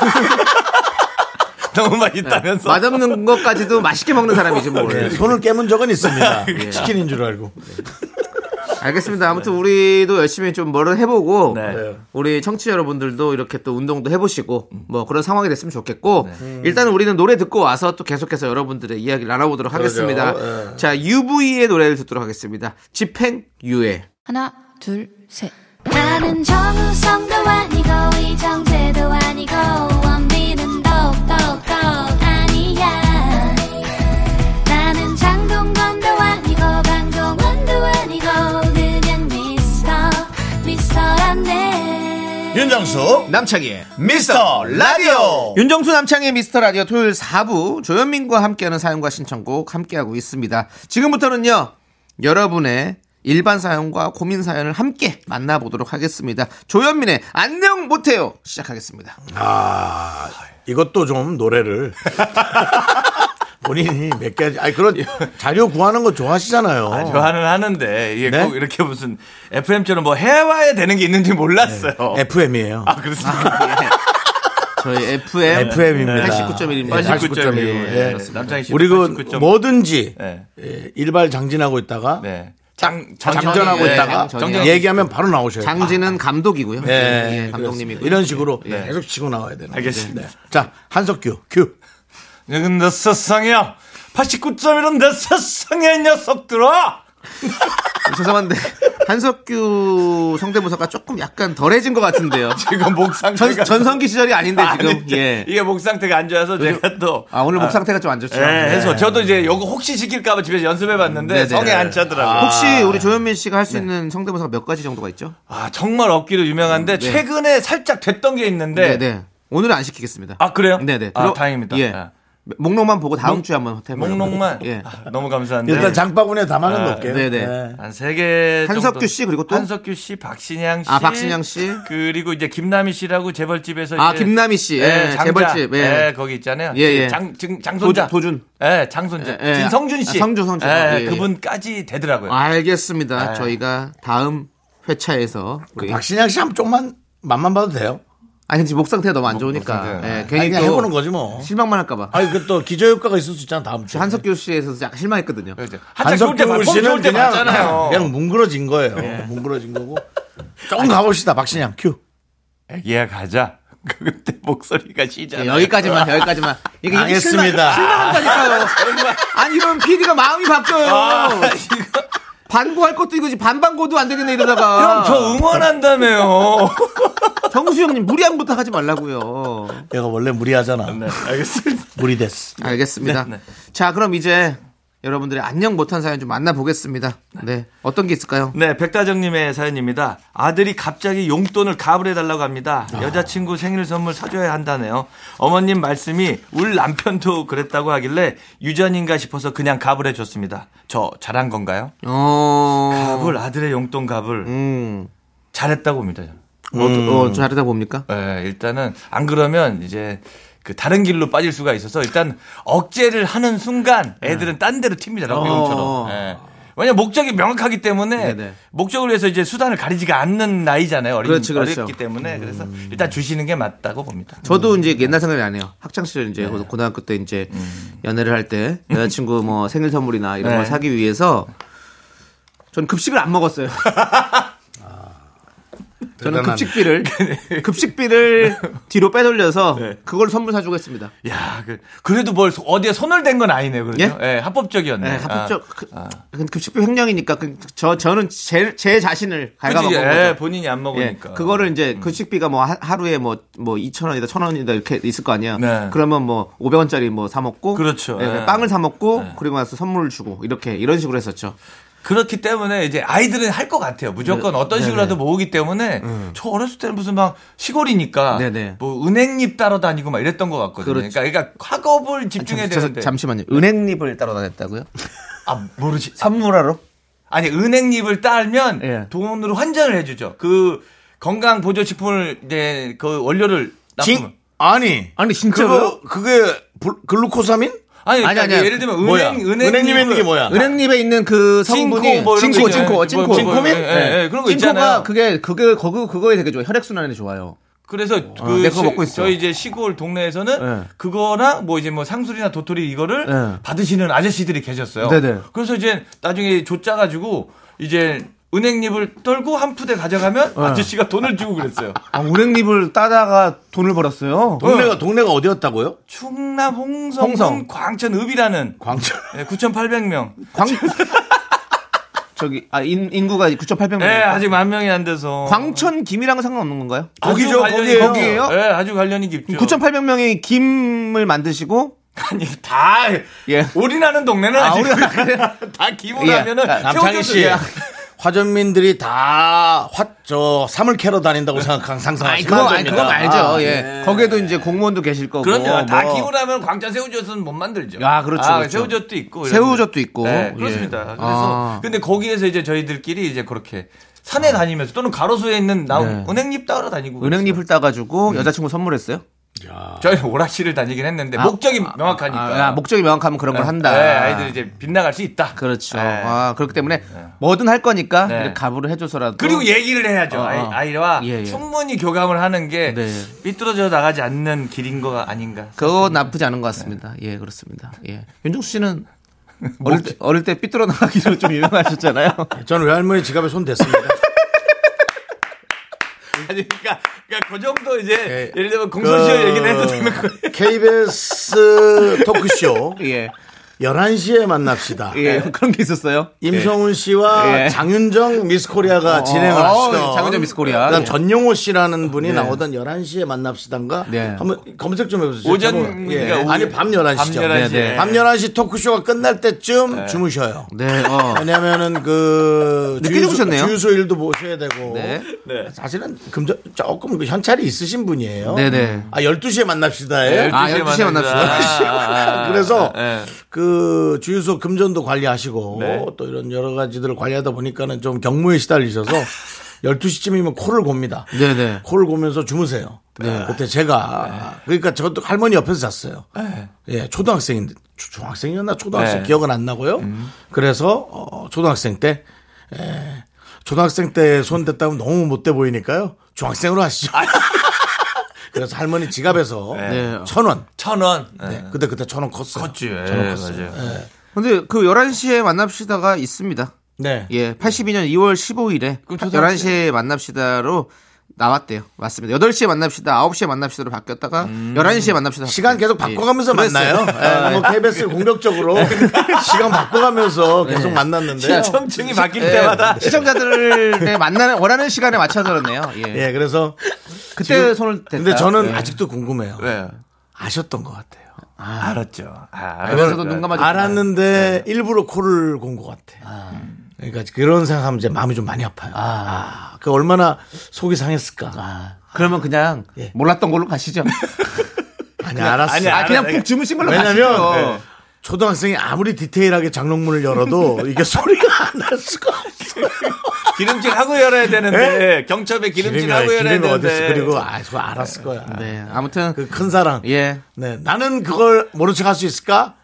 [SPEAKER 6] 너무 맛있다면서.
[SPEAKER 2] 맛없는 것까지도 맛있게 먹는 사람이지 뭐.
[SPEAKER 6] 네.
[SPEAKER 1] 예, 손을 깨문 적은 있습니다. 치킨인 줄 알고.
[SPEAKER 2] 알겠습니다. 아무튼 우리도 열심히 좀 뭐를 해보고
[SPEAKER 6] 네.
[SPEAKER 2] 우리 청취자 여러분들도 이렇게 또 운동도 해보시고 뭐 그런 상황이 됐으면 좋겠고 일단 우리는 노래 듣고 와서 또 계속해서 여러분들의 이야기를 나눠보도록 하겠습니다. 자 UV의 노래를 듣도록 하겠습니다. 집행 유예.
[SPEAKER 4] 하나, 둘, 셋.
[SPEAKER 7] 나는 정우성도 아니고 이정재도 아니고 원빈은 더욱더 아니야 나는 장동건도 아니고 방종원도 아니고 그냥 미스터 미스터란데
[SPEAKER 1] 윤정수
[SPEAKER 2] 남창희의
[SPEAKER 1] 미스터 라디오.
[SPEAKER 2] 어. 윤정수 남창의 미스터 라디오 토요일 4부 조현민과 함께하는 사연과 신청곡 함께하고 있습니다. 지금부터는요 여러분의 일반 사연과 고민 사연을 함께 만나보도록 하겠습니다. 조현민의 안녕 못해요 시작하겠습니다.
[SPEAKER 1] 이것도 좀 노래를 본인이 몇 가지. 아니 그런 자료 구하는 거 좋아하시잖아요.
[SPEAKER 6] 아, 좋아는 하는데 이게
[SPEAKER 1] 네?
[SPEAKER 6] 꼭 이렇게 무슨 FM처럼 뭐 해와야 되는 게 있는지 몰랐어요.
[SPEAKER 1] 네. FM이에요.
[SPEAKER 6] 아 그렇습니까?
[SPEAKER 2] 저희 FM
[SPEAKER 1] FM입니다.
[SPEAKER 2] 89.1입니다.
[SPEAKER 6] 89.1.
[SPEAKER 1] 예.
[SPEAKER 6] 남창희 씨.
[SPEAKER 1] 우리 그
[SPEAKER 6] 89.1.
[SPEAKER 1] 뭐든지
[SPEAKER 6] 네.
[SPEAKER 1] 예, 일발 장진하고 있다가
[SPEAKER 6] 네. 장
[SPEAKER 1] 아, 장전하고
[SPEAKER 2] 예,
[SPEAKER 1] 있다가
[SPEAKER 2] 장전이요.
[SPEAKER 1] 얘기하면 바로 나오셔요.
[SPEAKER 2] 장진은 감독이고요.
[SPEAKER 1] 예,
[SPEAKER 2] 예,
[SPEAKER 1] 그렇습니다.
[SPEAKER 2] 감독님이고
[SPEAKER 1] 이런 식으로 계속 치고 나와야 되는.
[SPEAKER 6] 알겠습니다.
[SPEAKER 1] 거죠. 네. 자, 한석규, 큐.
[SPEAKER 6] 이건 내 네, 세상이야. 89.1은 내 세상의 녀석들아.
[SPEAKER 2] 죄송한데 한석규 성대모사가 조금 약간 덜해진 것 같은데요.
[SPEAKER 6] 지금 목 상태가
[SPEAKER 2] 전, 성기 시절이 아닌데 지금
[SPEAKER 6] 아니, 이제
[SPEAKER 2] 예.
[SPEAKER 6] 이게 목 상태가 안 좋아서 제가 또
[SPEAKER 2] 아 오늘 목 상태가 좀 안 좋죠.
[SPEAKER 6] 예, 해서 저도 이제 요거 혹시 시킬까봐 집에서 연습해봤는데
[SPEAKER 2] 네. 네네. 아.
[SPEAKER 6] 성에 안 차더라고요. 네.
[SPEAKER 2] 혹시 우리 조현민 씨가 할 수 있는 성대모사가 몇 가지 정도가 있죠?
[SPEAKER 6] 아 정말 업기로 유명한데
[SPEAKER 2] 네.
[SPEAKER 6] 최근에 살짝 됐던 게
[SPEAKER 2] 네,
[SPEAKER 6] 있는데
[SPEAKER 2] 네. 오늘은 안 시키겠습니다.
[SPEAKER 6] 아 그래요?
[SPEAKER 2] 네, 네.
[SPEAKER 6] 아
[SPEAKER 2] 그럼-
[SPEAKER 6] 다행입니다.
[SPEAKER 2] 예.
[SPEAKER 6] 아.
[SPEAKER 2] 목록만 보고 다음 주에 한번 해봐요.
[SPEAKER 6] 목록만
[SPEAKER 2] 예.
[SPEAKER 6] 아, 너무 감사한데
[SPEAKER 8] 일단 장바구니에 담아는
[SPEAKER 6] 네.
[SPEAKER 8] 놓을게요.
[SPEAKER 2] 네네.
[SPEAKER 8] 네.
[SPEAKER 6] 한세개
[SPEAKER 2] 한석규 씨, 그리고 또?
[SPEAKER 6] 한석규 씨, 박신양 씨,
[SPEAKER 2] 아, 박신양 씨.
[SPEAKER 6] 그리고 이제 김남희 씨라고 재벌집에서
[SPEAKER 2] 아,
[SPEAKER 6] 이제
[SPEAKER 2] 김남희 씨.
[SPEAKER 6] 예,
[SPEAKER 2] 예,
[SPEAKER 6] 장자.
[SPEAKER 2] 재벌집. 예.
[SPEAKER 6] 예, 거기 있잖아요.
[SPEAKER 2] 예, 예.
[SPEAKER 6] 장, 장, 장손자.
[SPEAKER 2] 도준, 도준.
[SPEAKER 6] 예, 장손자.
[SPEAKER 2] 예, 예.
[SPEAKER 6] 진성준 씨.
[SPEAKER 2] 아, 성준, 성준.
[SPEAKER 6] 예,
[SPEAKER 2] 예, 아, 예.
[SPEAKER 6] 그분까지 되더라고요.
[SPEAKER 2] 알겠습니다.
[SPEAKER 6] 예.
[SPEAKER 2] 저희가 다음 회차에서
[SPEAKER 6] 그
[SPEAKER 2] 우리
[SPEAKER 1] 박신양 씨 한번 조금만 맛만 봐도 돼요.
[SPEAKER 2] 아니 근데 목 상태가 너무 안 좋으니까
[SPEAKER 6] 상태.
[SPEAKER 2] 예,
[SPEAKER 1] 아니,
[SPEAKER 2] 괜히
[SPEAKER 1] 그냥
[SPEAKER 2] 또
[SPEAKER 1] 해보는 거지 뭐.
[SPEAKER 2] 실망만 할까봐.
[SPEAKER 1] 아니 그 또 기저효과가 있을 수 있잖아 다음 주에.
[SPEAKER 2] 한석규 씨에서 약간 실망했거든요.
[SPEAKER 6] 그렇죠. 한참 좋을 때,
[SPEAKER 1] 한석규
[SPEAKER 6] 막,
[SPEAKER 1] 씨는
[SPEAKER 6] 좋을 때
[SPEAKER 1] 그냥
[SPEAKER 6] 맞잖아요.
[SPEAKER 1] 그냥 뭉그러진 거예요. 뭉그러진 거고. 조금 가봅시다 박신양 큐.
[SPEAKER 6] 예, 가자. 그때 목소리가 시잖아.
[SPEAKER 2] 예, 여기까지만 여기까지만. 이게 이게 실망-
[SPEAKER 1] 알겠습니다.
[SPEAKER 2] 실망한다니까요. 아니 이러면 PD가 마음이 바뀌어요.
[SPEAKER 6] 아,
[SPEAKER 2] 반고할 것도 이거지 반반고도 안 되겠네 이러다가.
[SPEAKER 6] 형, 저 응원한다며요.
[SPEAKER 2] 정수 형님 무리한 부탁하지 말라고요.
[SPEAKER 1] 내가 원래 무리하잖아.
[SPEAKER 6] 네, 알겠습니다.
[SPEAKER 1] 무리됐어.
[SPEAKER 2] 알겠습니다.
[SPEAKER 6] 네,
[SPEAKER 2] 자 그럼 이제 여러분들의 안녕 못한 사연 좀 만나보겠습니다. 네 어떤 게 있을까요?
[SPEAKER 6] 네, 백다정님의 사연입니다. 아들이 갑자기 용돈을 가을 해달라고 합니다. 여자친구 생일 선물 사줘야 한다네요. 어머님 말씀이 울 남편도 그랬다고 하길래 유전인가 싶어서 그냥 가을 해줬습니다. 저 잘한 건가요?
[SPEAKER 2] 어.
[SPEAKER 6] 가을, 아들의 용돈 가을.
[SPEAKER 2] 음.
[SPEAKER 6] 잘했다고 봅니다. 저는.
[SPEAKER 2] 어, 어, 잘하다 봅니까?
[SPEAKER 6] 예, 일단은 안 그러면 이제 그 다른 길로 빠질 수가 있어서 일단 억제를 하는 순간 애들은 딴 데로 튑니다.
[SPEAKER 2] 네. 어.
[SPEAKER 6] 비용처럼. 예. 왜냐 목적이 명확하기 때문에
[SPEAKER 2] 네네.
[SPEAKER 6] 목적을 위해서 이제 수단을 가리지가 않는 나이잖아요. 어린,
[SPEAKER 2] 그렇지, 그렇죠. 음.
[SPEAKER 6] 어렸기 때문에 그래서 일단 주시는 게 맞다고 봅니다.
[SPEAKER 2] 저도 이제 옛날 생각이 안 해요. 학창 시절
[SPEAKER 6] 네.
[SPEAKER 2] 이제 고등학교 때 이제 연애를 할 때 여자친구 뭐 생일 선물이나 이런
[SPEAKER 6] 음. 네.
[SPEAKER 2] 걸 사기 위해서 전 급식을 안 먹었어요.
[SPEAKER 6] 아,
[SPEAKER 2] 저는
[SPEAKER 1] 대단하네.
[SPEAKER 2] 급식비를 급식비를 뒤로 빼돌려서
[SPEAKER 6] 네.
[SPEAKER 2] 그걸 선물 사주고 했습니다.
[SPEAKER 6] 야, 그, 래도뭘 소- 어디에 손을 댄 건 아니네요. 그죠?
[SPEAKER 2] 예?
[SPEAKER 6] 예, 합법적이었네. 아,
[SPEAKER 2] 네, 합법적 그- 근데 급식비 횡령이니까 그- 저 저는 제, 제 자신을
[SPEAKER 6] 아,
[SPEAKER 2] 갉아먹은
[SPEAKER 6] 그치?
[SPEAKER 2] 거죠.
[SPEAKER 6] 예, 본인이 안 먹으니까. 음.
[SPEAKER 2] 예, 그거를 이제 급식비가 뭐 하- 하루에 뭐 뭐 2천 원이다, 1천 원이다 이렇게 있을 거 아니야.
[SPEAKER 6] 네.
[SPEAKER 2] 그러면 뭐 500원짜리 뭐 사 먹고
[SPEAKER 6] 그렇죠.
[SPEAKER 2] 예,
[SPEAKER 6] 예.
[SPEAKER 2] 빵을 사 먹고
[SPEAKER 6] 예.
[SPEAKER 2] 그리고 나서 선물을 주고 이렇게 이런 식으로 했었죠.
[SPEAKER 6] 그렇기 때문에 이제 아이들은 할 것 같아요. 무조건
[SPEAKER 2] 네.
[SPEAKER 6] 어떤 식으로라도 모으기 때문에 저 어렸을 때는 무슨 막 시골이니까
[SPEAKER 2] 음. 네네. 그렇죠.
[SPEAKER 6] 뭐 은행잎 따러 다니고 막 이랬던 것 같거든요. 그러니까, 그러니까 학업을 집중해야
[SPEAKER 2] 아, 저- 저-
[SPEAKER 6] 되는데
[SPEAKER 2] 잠시만요. 은행잎을 따로 다녔다고요?
[SPEAKER 6] 아 모르지.
[SPEAKER 2] 선물하러?
[SPEAKER 6] 아니 은행잎을 따면
[SPEAKER 2] 예.
[SPEAKER 6] 돈으로 환전을 해주죠. 그 건강 보조식품을 이제 그 원료를 납품.
[SPEAKER 1] 징 아니
[SPEAKER 2] 아니
[SPEAKER 1] 그거
[SPEAKER 2] 진짜로?
[SPEAKER 1] 그게 불- 글루코사민?
[SPEAKER 6] 아니
[SPEAKER 2] 아니,
[SPEAKER 6] 그러니까
[SPEAKER 2] 아니야.
[SPEAKER 6] 예를 들면
[SPEAKER 1] 뭐야?
[SPEAKER 6] 은행 은행
[SPEAKER 1] 은행잎 있는 게 뭐야?
[SPEAKER 2] 은행잎에 있는 그 성분이
[SPEAKER 6] 뭐 이런
[SPEAKER 2] 징코
[SPEAKER 6] 거 있잖아요.
[SPEAKER 2] 징코 징코
[SPEAKER 6] 뭐, 뭐,
[SPEAKER 2] 징코민?
[SPEAKER 6] 예, 예, 예, 그런 거
[SPEAKER 2] 징코가
[SPEAKER 6] 있잖아요.
[SPEAKER 2] 그게 그게 거그 그거에 되게 좋아. 요 혈액 순환에 어. 좋아요.
[SPEAKER 6] 그래서
[SPEAKER 2] 내
[SPEAKER 6] 그
[SPEAKER 2] 그거 먹고 있어.
[SPEAKER 6] 저희 이제 시골 동네에서는
[SPEAKER 2] 예.
[SPEAKER 6] 그거랑 뭐 이제 뭐 상술이나 도토리 이거를
[SPEAKER 2] 예.
[SPEAKER 6] 받으시는 아저씨들이 계셨어요.
[SPEAKER 2] 네네.
[SPEAKER 6] 그래서 이제 나중에 줬짜 가지고 이제 은행잎을 떨고 한 푸대
[SPEAKER 2] 네.
[SPEAKER 6] 가져가면 아저씨가 돈을 주고 그랬어요.
[SPEAKER 2] 아, 은행잎을 따다가 돈을 벌었어요.
[SPEAKER 1] 동네가 동네가 어디였다고요?
[SPEAKER 6] 충남 홍성군
[SPEAKER 2] 홍성.
[SPEAKER 6] 광천읍이라는 네,
[SPEAKER 1] 광천.
[SPEAKER 6] 9,800명.
[SPEAKER 2] 광 저기 아 인, 인구가 9,800명.
[SPEAKER 6] 예, 아직 만 명이 안 돼서.
[SPEAKER 2] 네. 광천 김이랑 은 상관없는 건가요?
[SPEAKER 6] 아주
[SPEAKER 1] 거기죠,
[SPEAKER 6] 관련이
[SPEAKER 1] 거기예요.
[SPEAKER 6] 깊죠.
[SPEAKER 2] 거기예요?
[SPEAKER 6] 예, 아주 관련이 깊죠.
[SPEAKER 2] 9,800명의 김을 만드시고
[SPEAKER 6] 아니 다
[SPEAKER 2] 예.
[SPEAKER 6] 올인하는 동네는 아, 아직
[SPEAKER 2] 올인-
[SPEAKER 6] 다 기본
[SPEAKER 2] 예.
[SPEAKER 6] 하면은
[SPEAKER 2] 자,
[SPEAKER 1] 남창희
[SPEAKER 6] 태워줘도
[SPEAKER 1] 씨.
[SPEAKER 6] 돼요.
[SPEAKER 1] 화전민들이 다화저 삼을 캐러 다닌다고 생각 상상하시면
[SPEAKER 2] 아니 그거
[SPEAKER 1] 안
[SPEAKER 2] 아니
[SPEAKER 1] 됩니다.
[SPEAKER 2] 그거 알죠.
[SPEAKER 1] 아,
[SPEAKER 2] 예. 거기에도 이제 공무원도 계실 거고.
[SPEAKER 6] 네. 그럼요. 다
[SPEAKER 2] 뭐.
[SPEAKER 6] 기본하면 광자 새우젓은 못 만들죠.
[SPEAKER 2] 아, 그렇죠, 그렇죠.
[SPEAKER 6] 새우젓도 있고. 이런
[SPEAKER 2] 새우젓도
[SPEAKER 6] 거.
[SPEAKER 2] 있고.
[SPEAKER 6] 네,
[SPEAKER 2] 예.
[SPEAKER 6] 그렇습니다. 그래서
[SPEAKER 2] 아.
[SPEAKER 6] 근데 거기에서 이제 저희들끼리 이제 그렇게 산에 다니면서 또는 가로수에 있는 나
[SPEAKER 2] 네.
[SPEAKER 6] 은행잎 따러 다니고.
[SPEAKER 2] 은행잎을 따가지고
[SPEAKER 6] 음.
[SPEAKER 2] 여자친구 선물했어요.
[SPEAKER 6] 그랬어요. 저희 오락실을 다니긴 했는데 목적이 명확하니까.
[SPEAKER 2] 아, 아, 목적이 명확하면 그런 걸 한다.
[SPEAKER 6] 그러니까. 네, 아이들이 이제 빗나갈 수 있다.
[SPEAKER 2] 그렇죠.
[SPEAKER 6] 네.
[SPEAKER 2] 아, 그렇기 때문에 뭐든 할 거니까
[SPEAKER 6] 네.
[SPEAKER 2] 이렇게 가부를 해줘서라도.
[SPEAKER 6] 그리고 예. 얘기를 해야죠.
[SPEAKER 2] 어, 어.
[SPEAKER 6] 아이, 와
[SPEAKER 2] 예, 예.
[SPEAKER 6] 충분히 교감을 하는 게
[SPEAKER 2] 네.
[SPEAKER 6] 삐뚤어져 나가지 않는 길인 거 아닌가.
[SPEAKER 2] 그거 나쁘지 않은 것 같습니다.
[SPEAKER 6] 네.
[SPEAKER 2] 예, 그렇습니다. 예. 윤종수 씨는 어릴 때, 어릴 때 삐뚤어 나가기로 좀 유명하셨잖아요.
[SPEAKER 1] 저는 외할머니 지갑에 손 댔습니다.
[SPEAKER 6] 아니, 그러니까, 그러니까 그 정도 이제
[SPEAKER 1] 예.
[SPEAKER 6] 예를 들면 공소시효
[SPEAKER 1] 그-
[SPEAKER 6] 얘기를 해도 되는 거예요. 네.
[SPEAKER 1] KBS 토크쇼
[SPEAKER 2] 예.
[SPEAKER 1] 11시에 만납시다.
[SPEAKER 2] 예, 그런 게 있었어요.
[SPEAKER 1] 임성훈 씨와
[SPEAKER 2] 예.
[SPEAKER 1] 장윤정 미스 코리아가
[SPEAKER 6] 네,
[SPEAKER 1] 진행을
[SPEAKER 2] 어,
[SPEAKER 1] 하시던
[SPEAKER 2] 장윤정 미스 코리아.
[SPEAKER 1] 그다음
[SPEAKER 2] 예.
[SPEAKER 1] 전용호 씨라는 분이 나오던 11시에 만납시단가
[SPEAKER 2] 네.
[SPEAKER 1] 한번 검색 좀 해보세요.
[SPEAKER 6] 오전,
[SPEAKER 1] 제목을. 예.
[SPEAKER 6] 그러니까
[SPEAKER 1] 아니
[SPEAKER 6] 오후-
[SPEAKER 1] 밤 11시죠.
[SPEAKER 6] 밤 11시. 네, 네.
[SPEAKER 1] 밤 11시 토크쇼가 끝날 때쯤 주무셔요.
[SPEAKER 2] 네, 어.
[SPEAKER 1] 왜냐면은 그
[SPEAKER 2] 늦게
[SPEAKER 1] 주유소-
[SPEAKER 2] 주무셨네요.
[SPEAKER 1] 주유소 일도 보셔야 되고
[SPEAKER 2] 네.
[SPEAKER 1] 사실은 금전 조금 그 현찰이 있으신 분이에요.
[SPEAKER 2] 네네.
[SPEAKER 1] 아 12시에 만납시다에
[SPEAKER 6] 네.
[SPEAKER 2] 아, 12시에 만납시다.
[SPEAKER 6] 아,
[SPEAKER 2] 아,
[SPEAKER 1] 그래서
[SPEAKER 6] 예.
[SPEAKER 1] 그 주유소 금전도 관리하시고 또 이런 여러 가지들을 관리하다 보니까는 좀 경무에 시달리셔서 12시쯤이면 코를 곱니다.
[SPEAKER 2] 네네.
[SPEAKER 1] 코를 고면서 주무세요. 그때 제가 그러니까 저도 할머니 옆에서 잤어요. 예, 초등학생인데 초- 중학생이었나 초등학생
[SPEAKER 6] 네.
[SPEAKER 1] 기억은 안 나고요. 그래서 어, 초등학생 때 예, 초등학생 때 손 댔다면 너무 못돼 보이니까요. 중학생으로 하시죠. 그래서 할머니 지갑에서
[SPEAKER 2] 네.
[SPEAKER 6] 네.
[SPEAKER 1] 천 원.
[SPEAKER 6] 천 원.
[SPEAKER 1] 네, 그때 그때 천 원 컸어요.
[SPEAKER 6] 컸지. 예,
[SPEAKER 1] 저는
[SPEAKER 6] 맞아요.
[SPEAKER 2] 근데 그 11시에 만납시다가 있습니다.
[SPEAKER 1] 네.
[SPEAKER 2] 예, 82년 2월 15일에 11시에 만납시다로 나왔대요. 맞습니다. 8시에 만납시다, 9시에 만납시다로 바뀌었다가
[SPEAKER 1] 음.
[SPEAKER 2] 11시에 만납시다.
[SPEAKER 6] 예.
[SPEAKER 1] 시간 계속 바꿔가면서 만나요. 예, 뭐 KBS 공격적으로
[SPEAKER 6] 예.
[SPEAKER 1] 시간 바꿔가면서 계속 만났는데.
[SPEAKER 6] 네. 청층이
[SPEAKER 2] 예.
[SPEAKER 6] 바뀔 때마다
[SPEAKER 2] 시청자들을 만나는 원하는 시간에 맞춰 들었네요. 예.
[SPEAKER 1] 예, 그래서
[SPEAKER 2] 그때
[SPEAKER 1] 지금-
[SPEAKER 2] 손을 댔다.
[SPEAKER 1] 근데 저는
[SPEAKER 2] 예.
[SPEAKER 1] 아직도 궁금해요.
[SPEAKER 6] 왜?
[SPEAKER 1] 아셨던 것 같아요.
[SPEAKER 6] 알았죠. 아,
[SPEAKER 2] 그래서도 눈 감아
[SPEAKER 1] 알았는데
[SPEAKER 6] 예.
[SPEAKER 1] 일부러 코를 곤 것 같아. 그러니까 그런 생각하면 이제 마음이 좀 많이 아파요. 아, 그 얼마나 속이 상했을까.
[SPEAKER 2] 그러면 그냥
[SPEAKER 1] 예.
[SPEAKER 2] 몰랐던 걸로 가시죠.
[SPEAKER 1] 아니 알았어.
[SPEAKER 6] 아니,
[SPEAKER 2] 아,
[SPEAKER 6] 알았어요.
[SPEAKER 2] 그냥 푹 주무신 걸로 가시죠.
[SPEAKER 1] 왜냐면 네. 초등학생이 아무리 디테일하게 장롱문을 열어도 이게 소리가 안 날 수가 없어요.
[SPEAKER 6] 네. 기름질 하고 열어야 되는데 예, 경첩에 기름질 하고
[SPEAKER 1] 기름이,
[SPEAKER 6] 열어야
[SPEAKER 1] 기름이
[SPEAKER 6] 되는데.
[SPEAKER 1] 어딨어. 그리고 아, 그거 알았을 거야.
[SPEAKER 2] 네, 아무튼
[SPEAKER 1] 그 큰 사랑.
[SPEAKER 2] 예.
[SPEAKER 1] 네, 나는 그걸 모른 척 할 수 있을까?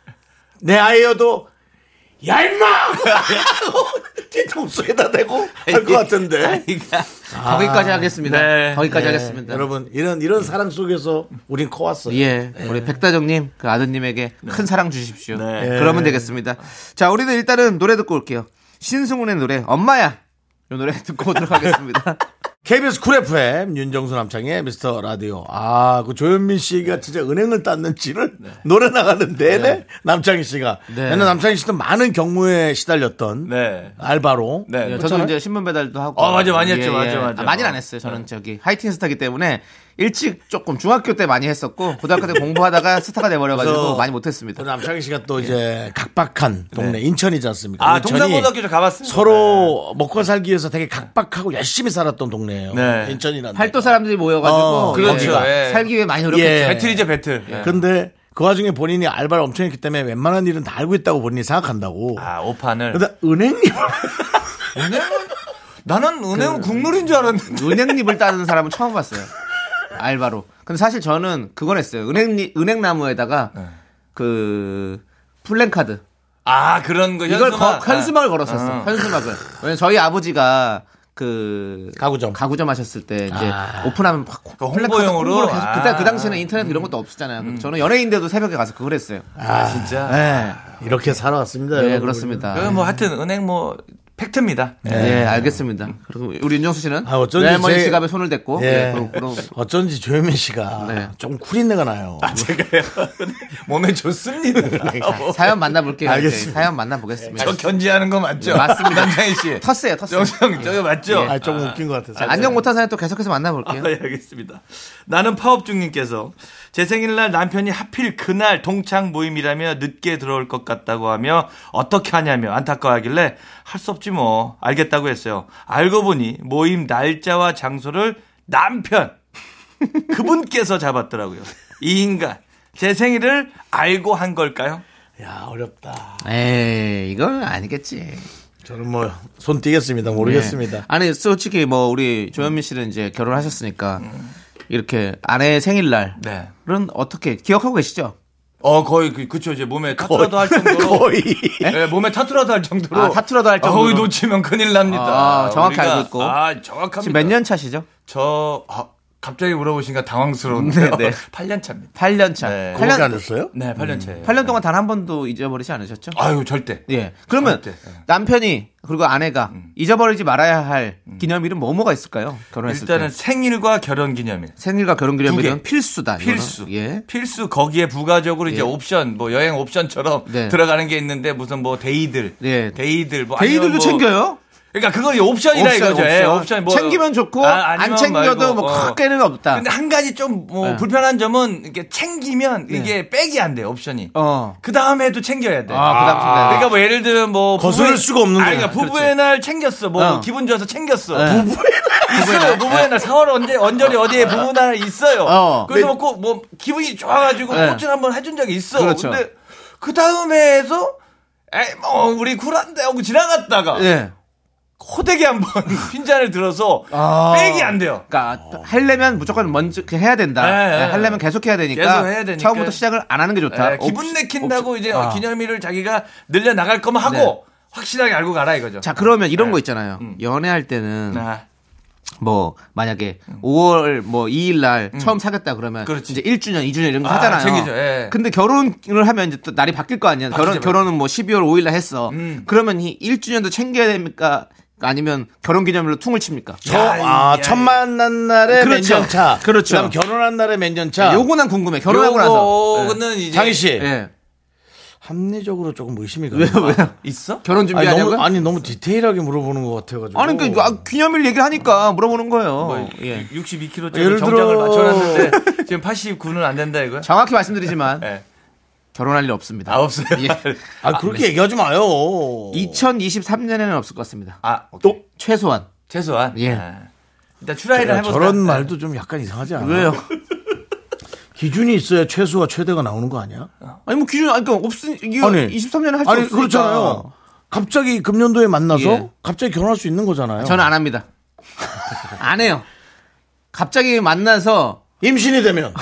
[SPEAKER 1] 내 아이여도 야 임마! 하고 뒤통수에다 대고 할 것 같은데.
[SPEAKER 2] 거기까지 하겠습니다.
[SPEAKER 6] 네.
[SPEAKER 2] 거기까지
[SPEAKER 1] 아, 네,
[SPEAKER 2] 하겠습니다.
[SPEAKER 1] 여러분 이런 이런 사랑 속에서 우린 커왔어요.
[SPEAKER 2] 예, 우리 백다정님 그 아드님에게
[SPEAKER 6] 네.
[SPEAKER 2] 큰 사랑 주십시오. 예, 그러면 되겠습니다. 자, 우리는 일단은 노래 듣고 올게요. 신승훈의 노래 엄마야. 이 노래 듣고 오도록 하겠습니다.
[SPEAKER 1] KBS 쿨 FM 윤정수 남창의 미스터 라디오. 아, 그 조현민 씨가 진짜 은행을 땄는지를 노래 나가는 내내 남창희 씨가.
[SPEAKER 2] 네.
[SPEAKER 1] 옛날 남창희 씨도 많은 경무에 시달렸던
[SPEAKER 6] 네.
[SPEAKER 1] 알바로.
[SPEAKER 6] 네.
[SPEAKER 2] 예, 저도
[SPEAKER 1] 그렇잖아요.
[SPEAKER 2] 이제 신문 배달도 하고.
[SPEAKER 6] 어, 맞아, 많이 했죠, 맞아, 맞아.
[SPEAKER 2] 아, 많이는 안 했어요.
[SPEAKER 6] 네.
[SPEAKER 2] 저는 저기 하이틴 스타기 때문에 일찍 조금 중학교 때 많이 했었고 고등학교 때 공부하다가 스타가 돼버려가지고
[SPEAKER 1] 그래서
[SPEAKER 2] 많이
[SPEAKER 1] 또
[SPEAKER 2] 못했습니다.
[SPEAKER 1] 남창희 씨가 또 이제 예. 각박한 동네 인천이지 않습니까?
[SPEAKER 6] 아,
[SPEAKER 1] 인천이
[SPEAKER 6] 동산고등학교 좀 가봤습니다.
[SPEAKER 1] 서로 먹고 살기 위해서 되게 각박하고 열심히 살았던 동네예요.
[SPEAKER 6] 네.
[SPEAKER 1] 인천이라는.
[SPEAKER 2] 팔도 사람들이 모여가지고
[SPEAKER 1] 어,
[SPEAKER 6] 그렇죠.
[SPEAKER 2] 거기가
[SPEAKER 6] 예.
[SPEAKER 2] 살기 위해 많이 노력했죠.
[SPEAKER 1] 예.
[SPEAKER 6] 배틀이죠, 배틀.
[SPEAKER 1] 데가. 근데 그 와중에 본인이 알바를 엄청 했기 때문에 웬만한 일은 다 알고 있다고 본인이 생각한다고.
[SPEAKER 6] 아, 오판을.
[SPEAKER 1] 근데 은행님
[SPEAKER 6] 은행은 나는 은행은 국룰인 줄 알았는데.
[SPEAKER 2] 은행잎을 따는 사람은 처음 봤어요. 알바로. 근데 사실 저는 그건 했어요. 은행잎, 은행나무에다가
[SPEAKER 1] 네.
[SPEAKER 2] 그 플랜카드.
[SPEAKER 6] 아, 그런 거
[SPEAKER 2] 이걸 거,
[SPEAKER 6] 현수막.
[SPEAKER 2] 현수막을
[SPEAKER 1] 아.
[SPEAKER 2] 걸었었어. 요 현수막을. 왜냐면 저희 아버지가 그
[SPEAKER 1] 가구점. 아.
[SPEAKER 2] 가구점 하셨을 때 이제 오픈하면 막 플랜카드
[SPEAKER 6] 그 홍보용으로?
[SPEAKER 2] 홍보를 계속 그때
[SPEAKER 6] 아.
[SPEAKER 2] 그 당시에는 인터넷 이런 것도 없었잖아요. 저는 연예인데도 새벽에 가서 그걸 했어요.
[SPEAKER 6] 아, 진짜.
[SPEAKER 2] 네,
[SPEAKER 1] 이렇게 살아왔습니다.
[SPEAKER 2] 네,
[SPEAKER 1] 여러분.
[SPEAKER 2] 그렇습니다.
[SPEAKER 6] 그건 뭐 하여튼 은행 뭐 팩트입니다.
[SPEAKER 2] 네, 알겠습니다. 그리고 우리 윤정수 씨는
[SPEAKER 1] 아, 어쩐지
[SPEAKER 2] 내 할머니
[SPEAKER 1] 제-
[SPEAKER 2] 지갑에 손을 댔고
[SPEAKER 1] 예.
[SPEAKER 2] 예, 그럼- 그럼
[SPEAKER 1] 어쩐지 조현민 씨가
[SPEAKER 2] 네.
[SPEAKER 1] 좀 쿨인내가 나요.
[SPEAKER 6] 제가요. 몸에 좋습니다. 뭐.
[SPEAKER 2] 사연 만나볼게요.
[SPEAKER 1] 알겠습니다.
[SPEAKER 2] 사연 만나보겠습니다.
[SPEAKER 6] 저 견제하는 거 맞죠?
[SPEAKER 2] 맞습니다.
[SPEAKER 6] 남창희 씨.
[SPEAKER 2] 텄어요, 텄어요.
[SPEAKER 6] 정성, 저거 맞죠?
[SPEAKER 1] 아, 조금 웃긴 것 같아서.
[SPEAKER 2] 안녕 못한 사연 또 계속해서
[SPEAKER 6] 아,
[SPEAKER 2] 만나볼게요.
[SPEAKER 6] 예, 알겠습니다. 나는 파업중님께서 제 생일날 남편이 하필 그날 동창 모임이라며 늦게 들어올 것 같다고 하며 어떻게 하냐며 안타까워하길래 할 수 없지 뭐 알겠다고 했어요. 알고 보니 모임 날짜와 장소를 남편 그분께서 잡았더라고요. 이 인간 제 생일을 알고 한 걸까요?
[SPEAKER 1] 야, 어렵다.
[SPEAKER 6] 아, 예.
[SPEAKER 2] 에이, 이건 아니겠지.
[SPEAKER 1] 저는 뭐, 손 띄겠습니다. 모르겠습니다.
[SPEAKER 2] 예. 아니, 솔직히 뭐, 우리 조현민 씨는 이제 결혼하셨으니까, 이렇게 아내의 생일날은
[SPEAKER 6] 네.
[SPEAKER 2] 어떻게, 기억하고 계시죠?
[SPEAKER 6] 어 거의 그, 그쵸 이제 몸에 타투라도 할 정도로
[SPEAKER 1] 거의.
[SPEAKER 6] 예, 몸에 타투라도 할 정도로
[SPEAKER 2] 아, 타투라도 할 정도로.
[SPEAKER 6] 거의 놓치면 큰일 납니다.
[SPEAKER 2] 아, 정확히
[SPEAKER 6] 우리가-
[SPEAKER 2] 알고 있고.
[SPEAKER 6] 아 정확합니다.
[SPEAKER 2] 지금 몇 년 차시죠?
[SPEAKER 6] 저, 아, 갑자기 물어보시니까 당황스러운데
[SPEAKER 2] 네, 음. 네.
[SPEAKER 6] 8년 차입니다.
[SPEAKER 2] 8년 차.
[SPEAKER 6] 네.
[SPEAKER 2] 팔 년-
[SPEAKER 1] 그렇게 안 됐어요?
[SPEAKER 6] 네, 8년 차예요.
[SPEAKER 2] 8년 동안 단 한 번도 잊어버리지 않으셨죠?
[SPEAKER 6] 아유, 네. 절대.
[SPEAKER 2] 예. 그러면
[SPEAKER 6] 절대. 예.
[SPEAKER 2] 남편이 그리고 아내가
[SPEAKER 6] 음.
[SPEAKER 2] 잊어버리지 말아야 할 기념일은 뭐뭐가 있을까요? 결혼했을
[SPEAKER 6] 일단은
[SPEAKER 2] 때.
[SPEAKER 6] 생일과 결혼 기념일.
[SPEAKER 2] 생일과 결혼
[SPEAKER 6] 두
[SPEAKER 2] 기념일은
[SPEAKER 6] 개.
[SPEAKER 2] 필수다. 이거는.
[SPEAKER 6] 필수.
[SPEAKER 2] 예.
[SPEAKER 6] 필수 거기에 부가적으로 이제
[SPEAKER 2] 예.
[SPEAKER 6] 옵션 뭐 여행 옵션처럼
[SPEAKER 2] 네.
[SPEAKER 6] 들어가는 게 있는데 무슨 뭐 데이들,
[SPEAKER 2] 예.
[SPEAKER 6] 데이들 뭐
[SPEAKER 2] 데이들도
[SPEAKER 6] 아니면 뭐-
[SPEAKER 2] 챙겨요?
[SPEAKER 6] 그러니까 그건 이제 옵션이라
[SPEAKER 2] 옵션,
[SPEAKER 6] 이거죠. 예, 옵션 뭐
[SPEAKER 2] 챙기면 좋고
[SPEAKER 6] 아,
[SPEAKER 2] 안
[SPEAKER 6] 아니면
[SPEAKER 2] 챙겨도
[SPEAKER 6] 말고,
[SPEAKER 2] 뭐
[SPEAKER 6] 어.
[SPEAKER 2] 크게는 없다.
[SPEAKER 6] 근데 한 가지 좀 뭐
[SPEAKER 2] 네.
[SPEAKER 6] 불편한 점은 이렇게 챙기면 이게 백이 안 돼, 요 옵션이.
[SPEAKER 2] 어.
[SPEAKER 6] 그 다음에도 챙겨야 돼.
[SPEAKER 2] 아, 그다음 챙겨야 돼.
[SPEAKER 6] 그러니까 뭐 예를 들면 뭐
[SPEAKER 1] 거스를
[SPEAKER 6] 부부의-
[SPEAKER 1] 수가 없는
[SPEAKER 6] 아니,
[SPEAKER 1] 거야.
[SPEAKER 6] 그러니까 부부의 날 챙겼어. 뭐
[SPEAKER 2] 어.
[SPEAKER 6] 기분 좋아서 챙겼어.
[SPEAKER 2] 네.
[SPEAKER 6] 부부의 날 있어요. 부부의 날 4월 언제 언저리 어디에 부부 날 있어요.
[SPEAKER 2] 어.
[SPEAKER 6] 그래서 뭐꼭뭐 기분이 좋아가지고
[SPEAKER 2] 네.
[SPEAKER 6] 꽃을 한번 해준 적이 있어.
[SPEAKER 2] 그렇죠.
[SPEAKER 6] 근데 그 다음에서 에이 뭐 우리 쿨한데 하고 지나갔다가
[SPEAKER 2] 예.
[SPEAKER 6] 호되게 한번 핀잔을 들어서
[SPEAKER 2] 아.
[SPEAKER 6] 백이 안 돼요.
[SPEAKER 2] 그러니까 하려면 무조건 먼저 그냥 해야 된다.
[SPEAKER 6] 예, 예,
[SPEAKER 2] 예, 하려면 계속 해야 되니까.
[SPEAKER 6] 계속 해야 되니까.
[SPEAKER 2] 처음부터 시작을 안 하는 게 좋다.
[SPEAKER 6] 예,
[SPEAKER 2] 옵시-
[SPEAKER 6] 기분 내킨다고
[SPEAKER 2] 옵시-
[SPEAKER 6] 이제
[SPEAKER 2] 아.
[SPEAKER 6] 기념일을 자기가 늘려 나갈 거면 하고
[SPEAKER 2] 네.
[SPEAKER 6] 확실하게 알고 가라 이거죠.
[SPEAKER 2] 자 그러면 이런
[SPEAKER 6] 예.
[SPEAKER 2] 거 있잖아요. 연애할 때는
[SPEAKER 6] 아,
[SPEAKER 2] 뭐 만약에 5월 뭐 2일 날 처음 사귀었다 그러면
[SPEAKER 6] 그렇지.
[SPEAKER 2] 이제 1주년, 2주년 이런 거
[SPEAKER 6] 아,
[SPEAKER 2] 하잖아요.
[SPEAKER 6] 챙기죠, 예.
[SPEAKER 2] 근데 결혼을 하면 이제 또 날이 바뀔 거 아니야. 결혼
[SPEAKER 6] 바뀌죠.
[SPEAKER 2] 결혼은 뭐 12월 5일 날 했어.
[SPEAKER 6] 음.
[SPEAKER 2] 그러면 이 1주년도 챙겨야 됩니까? 아니면 결혼 기념일로 퉁을 칩니까?
[SPEAKER 1] 저, 아,
[SPEAKER 6] 야,
[SPEAKER 1] 첫 만난 날에
[SPEAKER 2] 그렇죠.
[SPEAKER 1] 몇 년 차.
[SPEAKER 2] 그렇죠. 아,
[SPEAKER 1] 그다음 결혼한 날에 몇 년 차.
[SPEAKER 2] 요거 난 궁금해. 결혼하고 나서.
[SPEAKER 6] 요거는 이제
[SPEAKER 1] 장희 씨.
[SPEAKER 2] 예.
[SPEAKER 1] 합리적으로 조금 의심이 가요.
[SPEAKER 2] 왜요,
[SPEAKER 6] 아,
[SPEAKER 2] 왜요?
[SPEAKER 6] 있어?
[SPEAKER 2] 결혼
[SPEAKER 1] 아니
[SPEAKER 2] 준비하냐고요?
[SPEAKER 1] 너무, 아니, 너무 디테일하게 물어보는 것 같아가지고.
[SPEAKER 2] 아니 그러니까 아, 기념일 얘기를 하니까 물어보는 거예요.
[SPEAKER 6] 뭐,
[SPEAKER 2] 예.
[SPEAKER 6] 62kg짜리
[SPEAKER 1] 예를
[SPEAKER 6] 정장을
[SPEAKER 1] 들어-
[SPEAKER 6] 맞춰놨는데 지금 89는 안 된다 이거야?
[SPEAKER 2] 정확히 말씀드리지만
[SPEAKER 6] 예.
[SPEAKER 2] 결혼할 일 없습니다.
[SPEAKER 6] 아 없어요.
[SPEAKER 2] 예.
[SPEAKER 1] 아, 그렇게 얘기하지 마요.
[SPEAKER 2] 2023년에는 없을 것 같습니다.
[SPEAKER 6] 아
[SPEAKER 1] 또?
[SPEAKER 2] 최소한.
[SPEAKER 6] 최소한.
[SPEAKER 2] 예.
[SPEAKER 6] 아, 일단 추라이를
[SPEAKER 1] 야,
[SPEAKER 6] 해볼까?
[SPEAKER 1] 저런 말도 좀 약간 이상하지 않아?
[SPEAKER 2] 네. 왜요?
[SPEAKER 1] 기준이 있어야 최소와 최대가 나오는 거 아니야?
[SPEAKER 2] 아니 뭐 기준 아니 그러니까 없으니 이게 23년에 할수
[SPEAKER 1] 아니
[SPEAKER 2] 없으니까.
[SPEAKER 1] 그렇잖아요. 갑자기 금년도에 만나서
[SPEAKER 2] 예.
[SPEAKER 1] 갑자기 결혼할 수 있는 거잖아요.
[SPEAKER 2] 저는 안 합니다. 안 해요. 갑자기 만나서
[SPEAKER 1] 임신이 되면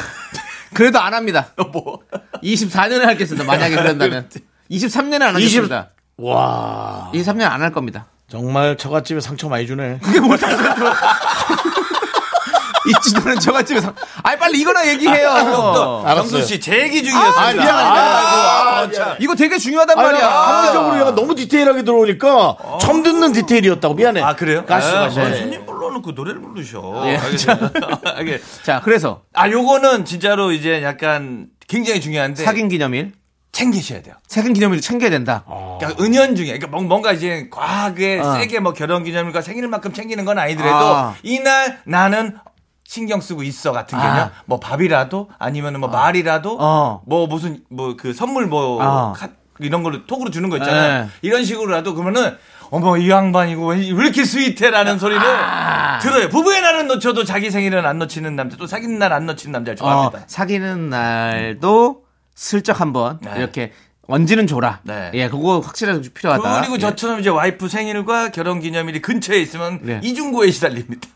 [SPEAKER 2] 그래도 안 합니다.
[SPEAKER 6] 뭐.
[SPEAKER 2] 24년에 할겠습니다. 만약에 그런다면. 23년에
[SPEAKER 1] 20
[SPEAKER 2] 안 하겠습니다.
[SPEAKER 1] 와
[SPEAKER 2] 23년 안 할 겁니다.
[SPEAKER 1] 정말 처갓집에 상처 많이 주네.
[SPEAKER 2] 있지도 않은 저같집에서 아니 빨리 이거나 얘기해요. 아,
[SPEAKER 6] 영수 씨제 얘기 중이었습니다.
[SPEAKER 1] 아, 미안합니다.
[SPEAKER 6] 아, 아, 참.
[SPEAKER 2] 이거 되게 중요하단
[SPEAKER 1] 아니,
[SPEAKER 2] 말이야.
[SPEAKER 1] 합리적으로 얘가 너무 디테일하게 들어오니까 처음 듣는 디테일이었다고 미안해.
[SPEAKER 6] 아 그래요?
[SPEAKER 1] 가시
[SPEAKER 6] 아,
[SPEAKER 1] 가시.
[SPEAKER 6] 아, 손님 불러놓고 노래를 부르셔.
[SPEAKER 2] 예.
[SPEAKER 6] 알겠습니다. 알겠-
[SPEAKER 2] 자, 그래서
[SPEAKER 6] 아 요거는 진짜로 이제 약간 굉장히
[SPEAKER 1] 네.
[SPEAKER 6] 중요한데
[SPEAKER 2] 사귄 기념일,
[SPEAKER 6] 챙기셔야 돼요.
[SPEAKER 2] 사귄 기념일 챙겨야 된다.
[SPEAKER 6] 그러니까 은연 중에 그러니까 뭔- 뭔가 이제 과하게 세게 뭐 결혼 기념일과 생일만큼 챙기는 건 아니더라도
[SPEAKER 2] 아.
[SPEAKER 6] 이날 나는 신경 쓰고 있어 같은 개념
[SPEAKER 2] 아.
[SPEAKER 6] 뭐 밥이라도 아니면은 뭐 말이라도
[SPEAKER 2] 어.
[SPEAKER 6] 뭐 무슨 뭐 그 선물 뭐
[SPEAKER 2] 어.
[SPEAKER 6] 카- 이런 거를 톡으로 주는 거 있잖아요
[SPEAKER 2] 네.
[SPEAKER 6] 이런 식으로라도 그러면은 어머 이 양반이고 왜, 이- 왜 이렇게 스윗해라는 소리를
[SPEAKER 2] 아.
[SPEAKER 6] 들어요 부부의 날은 놓쳐도 자기 생일은 안 놓치는 남자 또 사귄 날 안 놓치는 남자를
[SPEAKER 2] 어,
[SPEAKER 6] 좋아합니다
[SPEAKER 2] 사귀는 날도 슬쩍 한번
[SPEAKER 6] 네.
[SPEAKER 2] 이렇게 언지는 줘라.
[SPEAKER 6] 네.
[SPEAKER 2] 예, 그거 확실하게 필요하다. 예.
[SPEAKER 6] 그리고 저처럼 이제 와이프 생일과 결혼 기념일이 근처에 있으면
[SPEAKER 2] 네.
[SPEAKER 6] 이중고에 시달립니다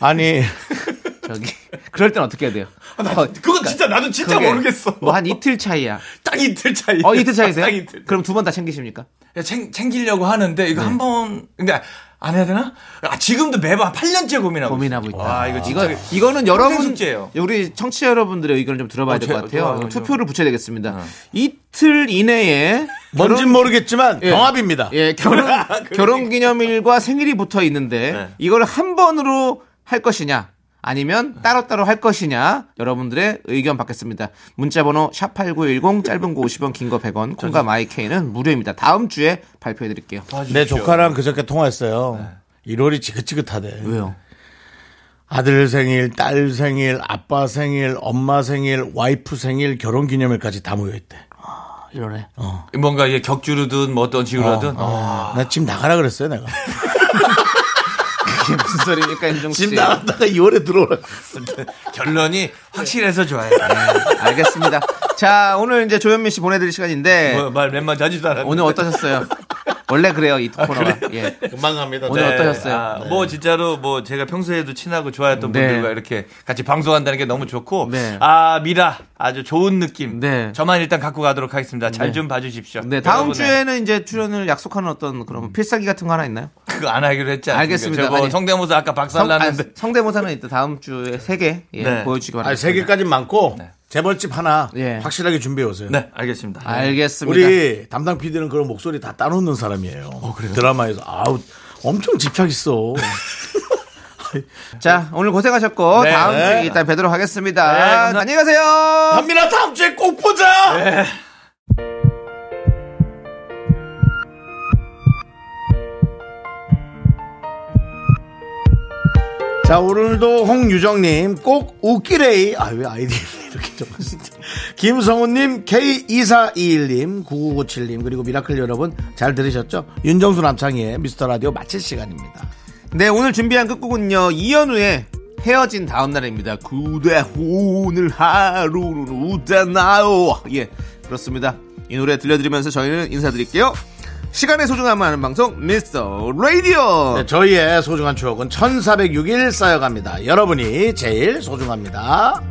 [SPEAKER 1] 아니
[SPEAKER 2] 예, 저기 그럴 땐 어떻게 해야 돼요? 어,
[SPEAKER 6] 아, 그건 진짜 나도 진짜
[SPEAKER 2] 그게
[SPEAKER 6] 모르겠어.
[SPEAKER 2] 뭐 한 이틀 차이야.
[SPEAKER 6] 딱 이틀 차이.
[SPEAKER 2] 어, 이틀 차이세요?
[SPEAKER 6] 딱 이틀.
[SPEAKER 2] 그럼 두 번 다 챙기십니까?
[SPEAKER 6] 챙, 챙기려고 하는데
[SPEAKER 2] 네.
[SPEAKER 6] 이거 한 번, 근데 안 해야 되나? 아, 지금도 매번 8년째 고민하고.
[SPEAKER 2] 고민하고 있다.
[SPEAKER 6] 있어요. 아, 와, 이거 진짜. 그
[SPEAKER 2] 이거 이거는 여러분
[SPEAKER 6] 숙제예요.
[SPEAKER 2] 우리 청취자 여러분들의 의견을 좀 들어봐야
[SPEAKER 6] 어,
[SPEAKER 2] 될 것
[SPEAKER 6] 제-
[SPEAKER 2] 같아요.
[SPEAKER 6] 좋아요,
[SPEAKER 2] 투표를 붙여야 되겠습니다. 이틀 이내에
[SPEAKER 1] 뭔진 모르겠지만
[SPEAKER 2] 예.
[SPEAKER 1] 경합입니다.
[SPEAKER 2] 예, 결혼, 결혼 기념일과 생일이 붙어 있는데
[SPEAKER 6] 네.
[SPEAKER 2] 이걸 한 번으로 할 것이냐 아니면 따로따로 할 것이냐 여러분들의 의견 받겠습니다. 문자 번호 샵8910 짧은 거 50원 긴 거 100원 콩과 마이케이는 무료입니다. 다음 주에 발표해 드릴게요.
[SPEAKER 6] 네,
[SPEAKER 1] 내 조카랑 그저께 통화했어요. 1월이 지긋지긋하대.
[SPEAKER 2] 왜요?
[SPEAKER 1] 아들 생일, 딸 생일, 아빠 생일, 엄마 생일, 와이프 생일, 결혼 기념일까지 다 모여있대.
[SPEAKER 2] 이러네.
[SPEAKER 6] 뭔가 이게 격주로든 뭐 어떤 식으로든.
[SPEAKER 1] 나 지금 나가라 그랬어요, 내가.
[SPEAKER 2] 이게 무슨 소리입니까, 윤정 씨?
[SPEAKER 1] 지금 나갔다가 2월에 들어오라.
[SPEAKER 6] 결론이 확실해서 좋아요.
[SPEAKER 2] 네, 알겠습니다. 자, 오늘 이제 조현민 씨 보내드릴 시간인데 네. 뭐,
[SPEAKER 6] 뭐, 말몇 마디 하지도 않았는데.
[SPEAKER 2] 오늘 어떠셨어요? 원래 그래요 이 코너가. 예.
[SPEAKER 1] 금방 갑니다.
[SPEAKER 2] 오늘
[SPEAKER 1] 네.
[SPEAKER 2] 어떠셨어요?
[SPEAKER 6] 아, 뭐 진짜로 뭐 제가 평소에도 친하고 좋아했던
[SPEAKER 2] 네.
[SPEAKER 6] 분들과 이렇게 같이 방송한다는 게 너무 좋고
[SPEAKER 2] 네.
[SPEAKER 6] 아 미라 아주 좋은 느낌
[SPEAKER 2] 네.
[SPEAKER 6] 저만 일단 갖고 가도록 하겠습니다 잘 좀 봐주십시오
[SPEAKER 2] 네 다음
[SPEAKER 6] 여러분의 음.
[SPEAKER 2] 주에는 이제 출연을 약속하는 어떤 그런 필살기 같은 거 하나 있나요?
[SPEAKER 6] 그거 안 하기로 했지 않습니까
[SPEAKER 2] 알겠습니다.
[SPEAKER 6] 저거 뭐
[SPEAKER 2] 아니.
[SPEAKER 6] 성대모사 아까
[SPEAKER 2] 성, 아니,
[SPEAKER 6] 박살났는데
[SPEAKER 2] 성대모사는 이따 다음 주에 세 개 예,
[SPEAKER 6] 네.
[SPEAKER 2] 보여주기 바랍니다.
[SPEAKER 1] 아니 세 개까지 많고 재벌집 하나
[SPEAKER 2] 예.
[SPEAKER 1] 확실하게 준비해 오세요.
[SPEAKER 6] 네
[SPEAKER 2] 아,
[SPEAKER 6] 알겠습니다
[SPEAKER 2] 알겠습니다.
[SPEAKER 1] 우리 담당 PD는 그런 목소리 다 따놓는 사람이에요. 드라마에서 아우 엄청 집착 있어.
[SPEAKER 2] 자 오늘 고생하셨고
[SPEAKER 6] 네.
[SPEAKER 2] 다음 주에
[SPEAKER 1] 네.
[SPEAKER 2] 일단 뵈도록 하겠습니다.
[SPEAKER 6] 네, 감사합니다.
[SPEAKER 2] 안녕히 가세요.
[SPEAKER 1] 현민아 다음 주에 꼭 보자. 자 오늘도 홍유정님 꼭 웃기레이 아 왜 아이디 이렇게 적었지 김성훈님 K2421님 9997님 그리고 미라클 여러분 잘 들으셨죠 윤정수 남창희의 미스터라디오 마칠 시간입니다
[SPEAKER 2] 네 오늘 준비한 끝곡은요 이현우의 헤어진 다음 날입니다. 그대 오늘 하루는 웃잖아요. 예 그렇습니다. 이 노래 들려드리면서 저희는 인사드릴게요. 시간의 소중함을 아는 방송 미스터 라디오.
[SPEAKER 1] 네, 저희의 소중한 추억은 1406일 쌓여갑니다 여러분이 제일 소중합니다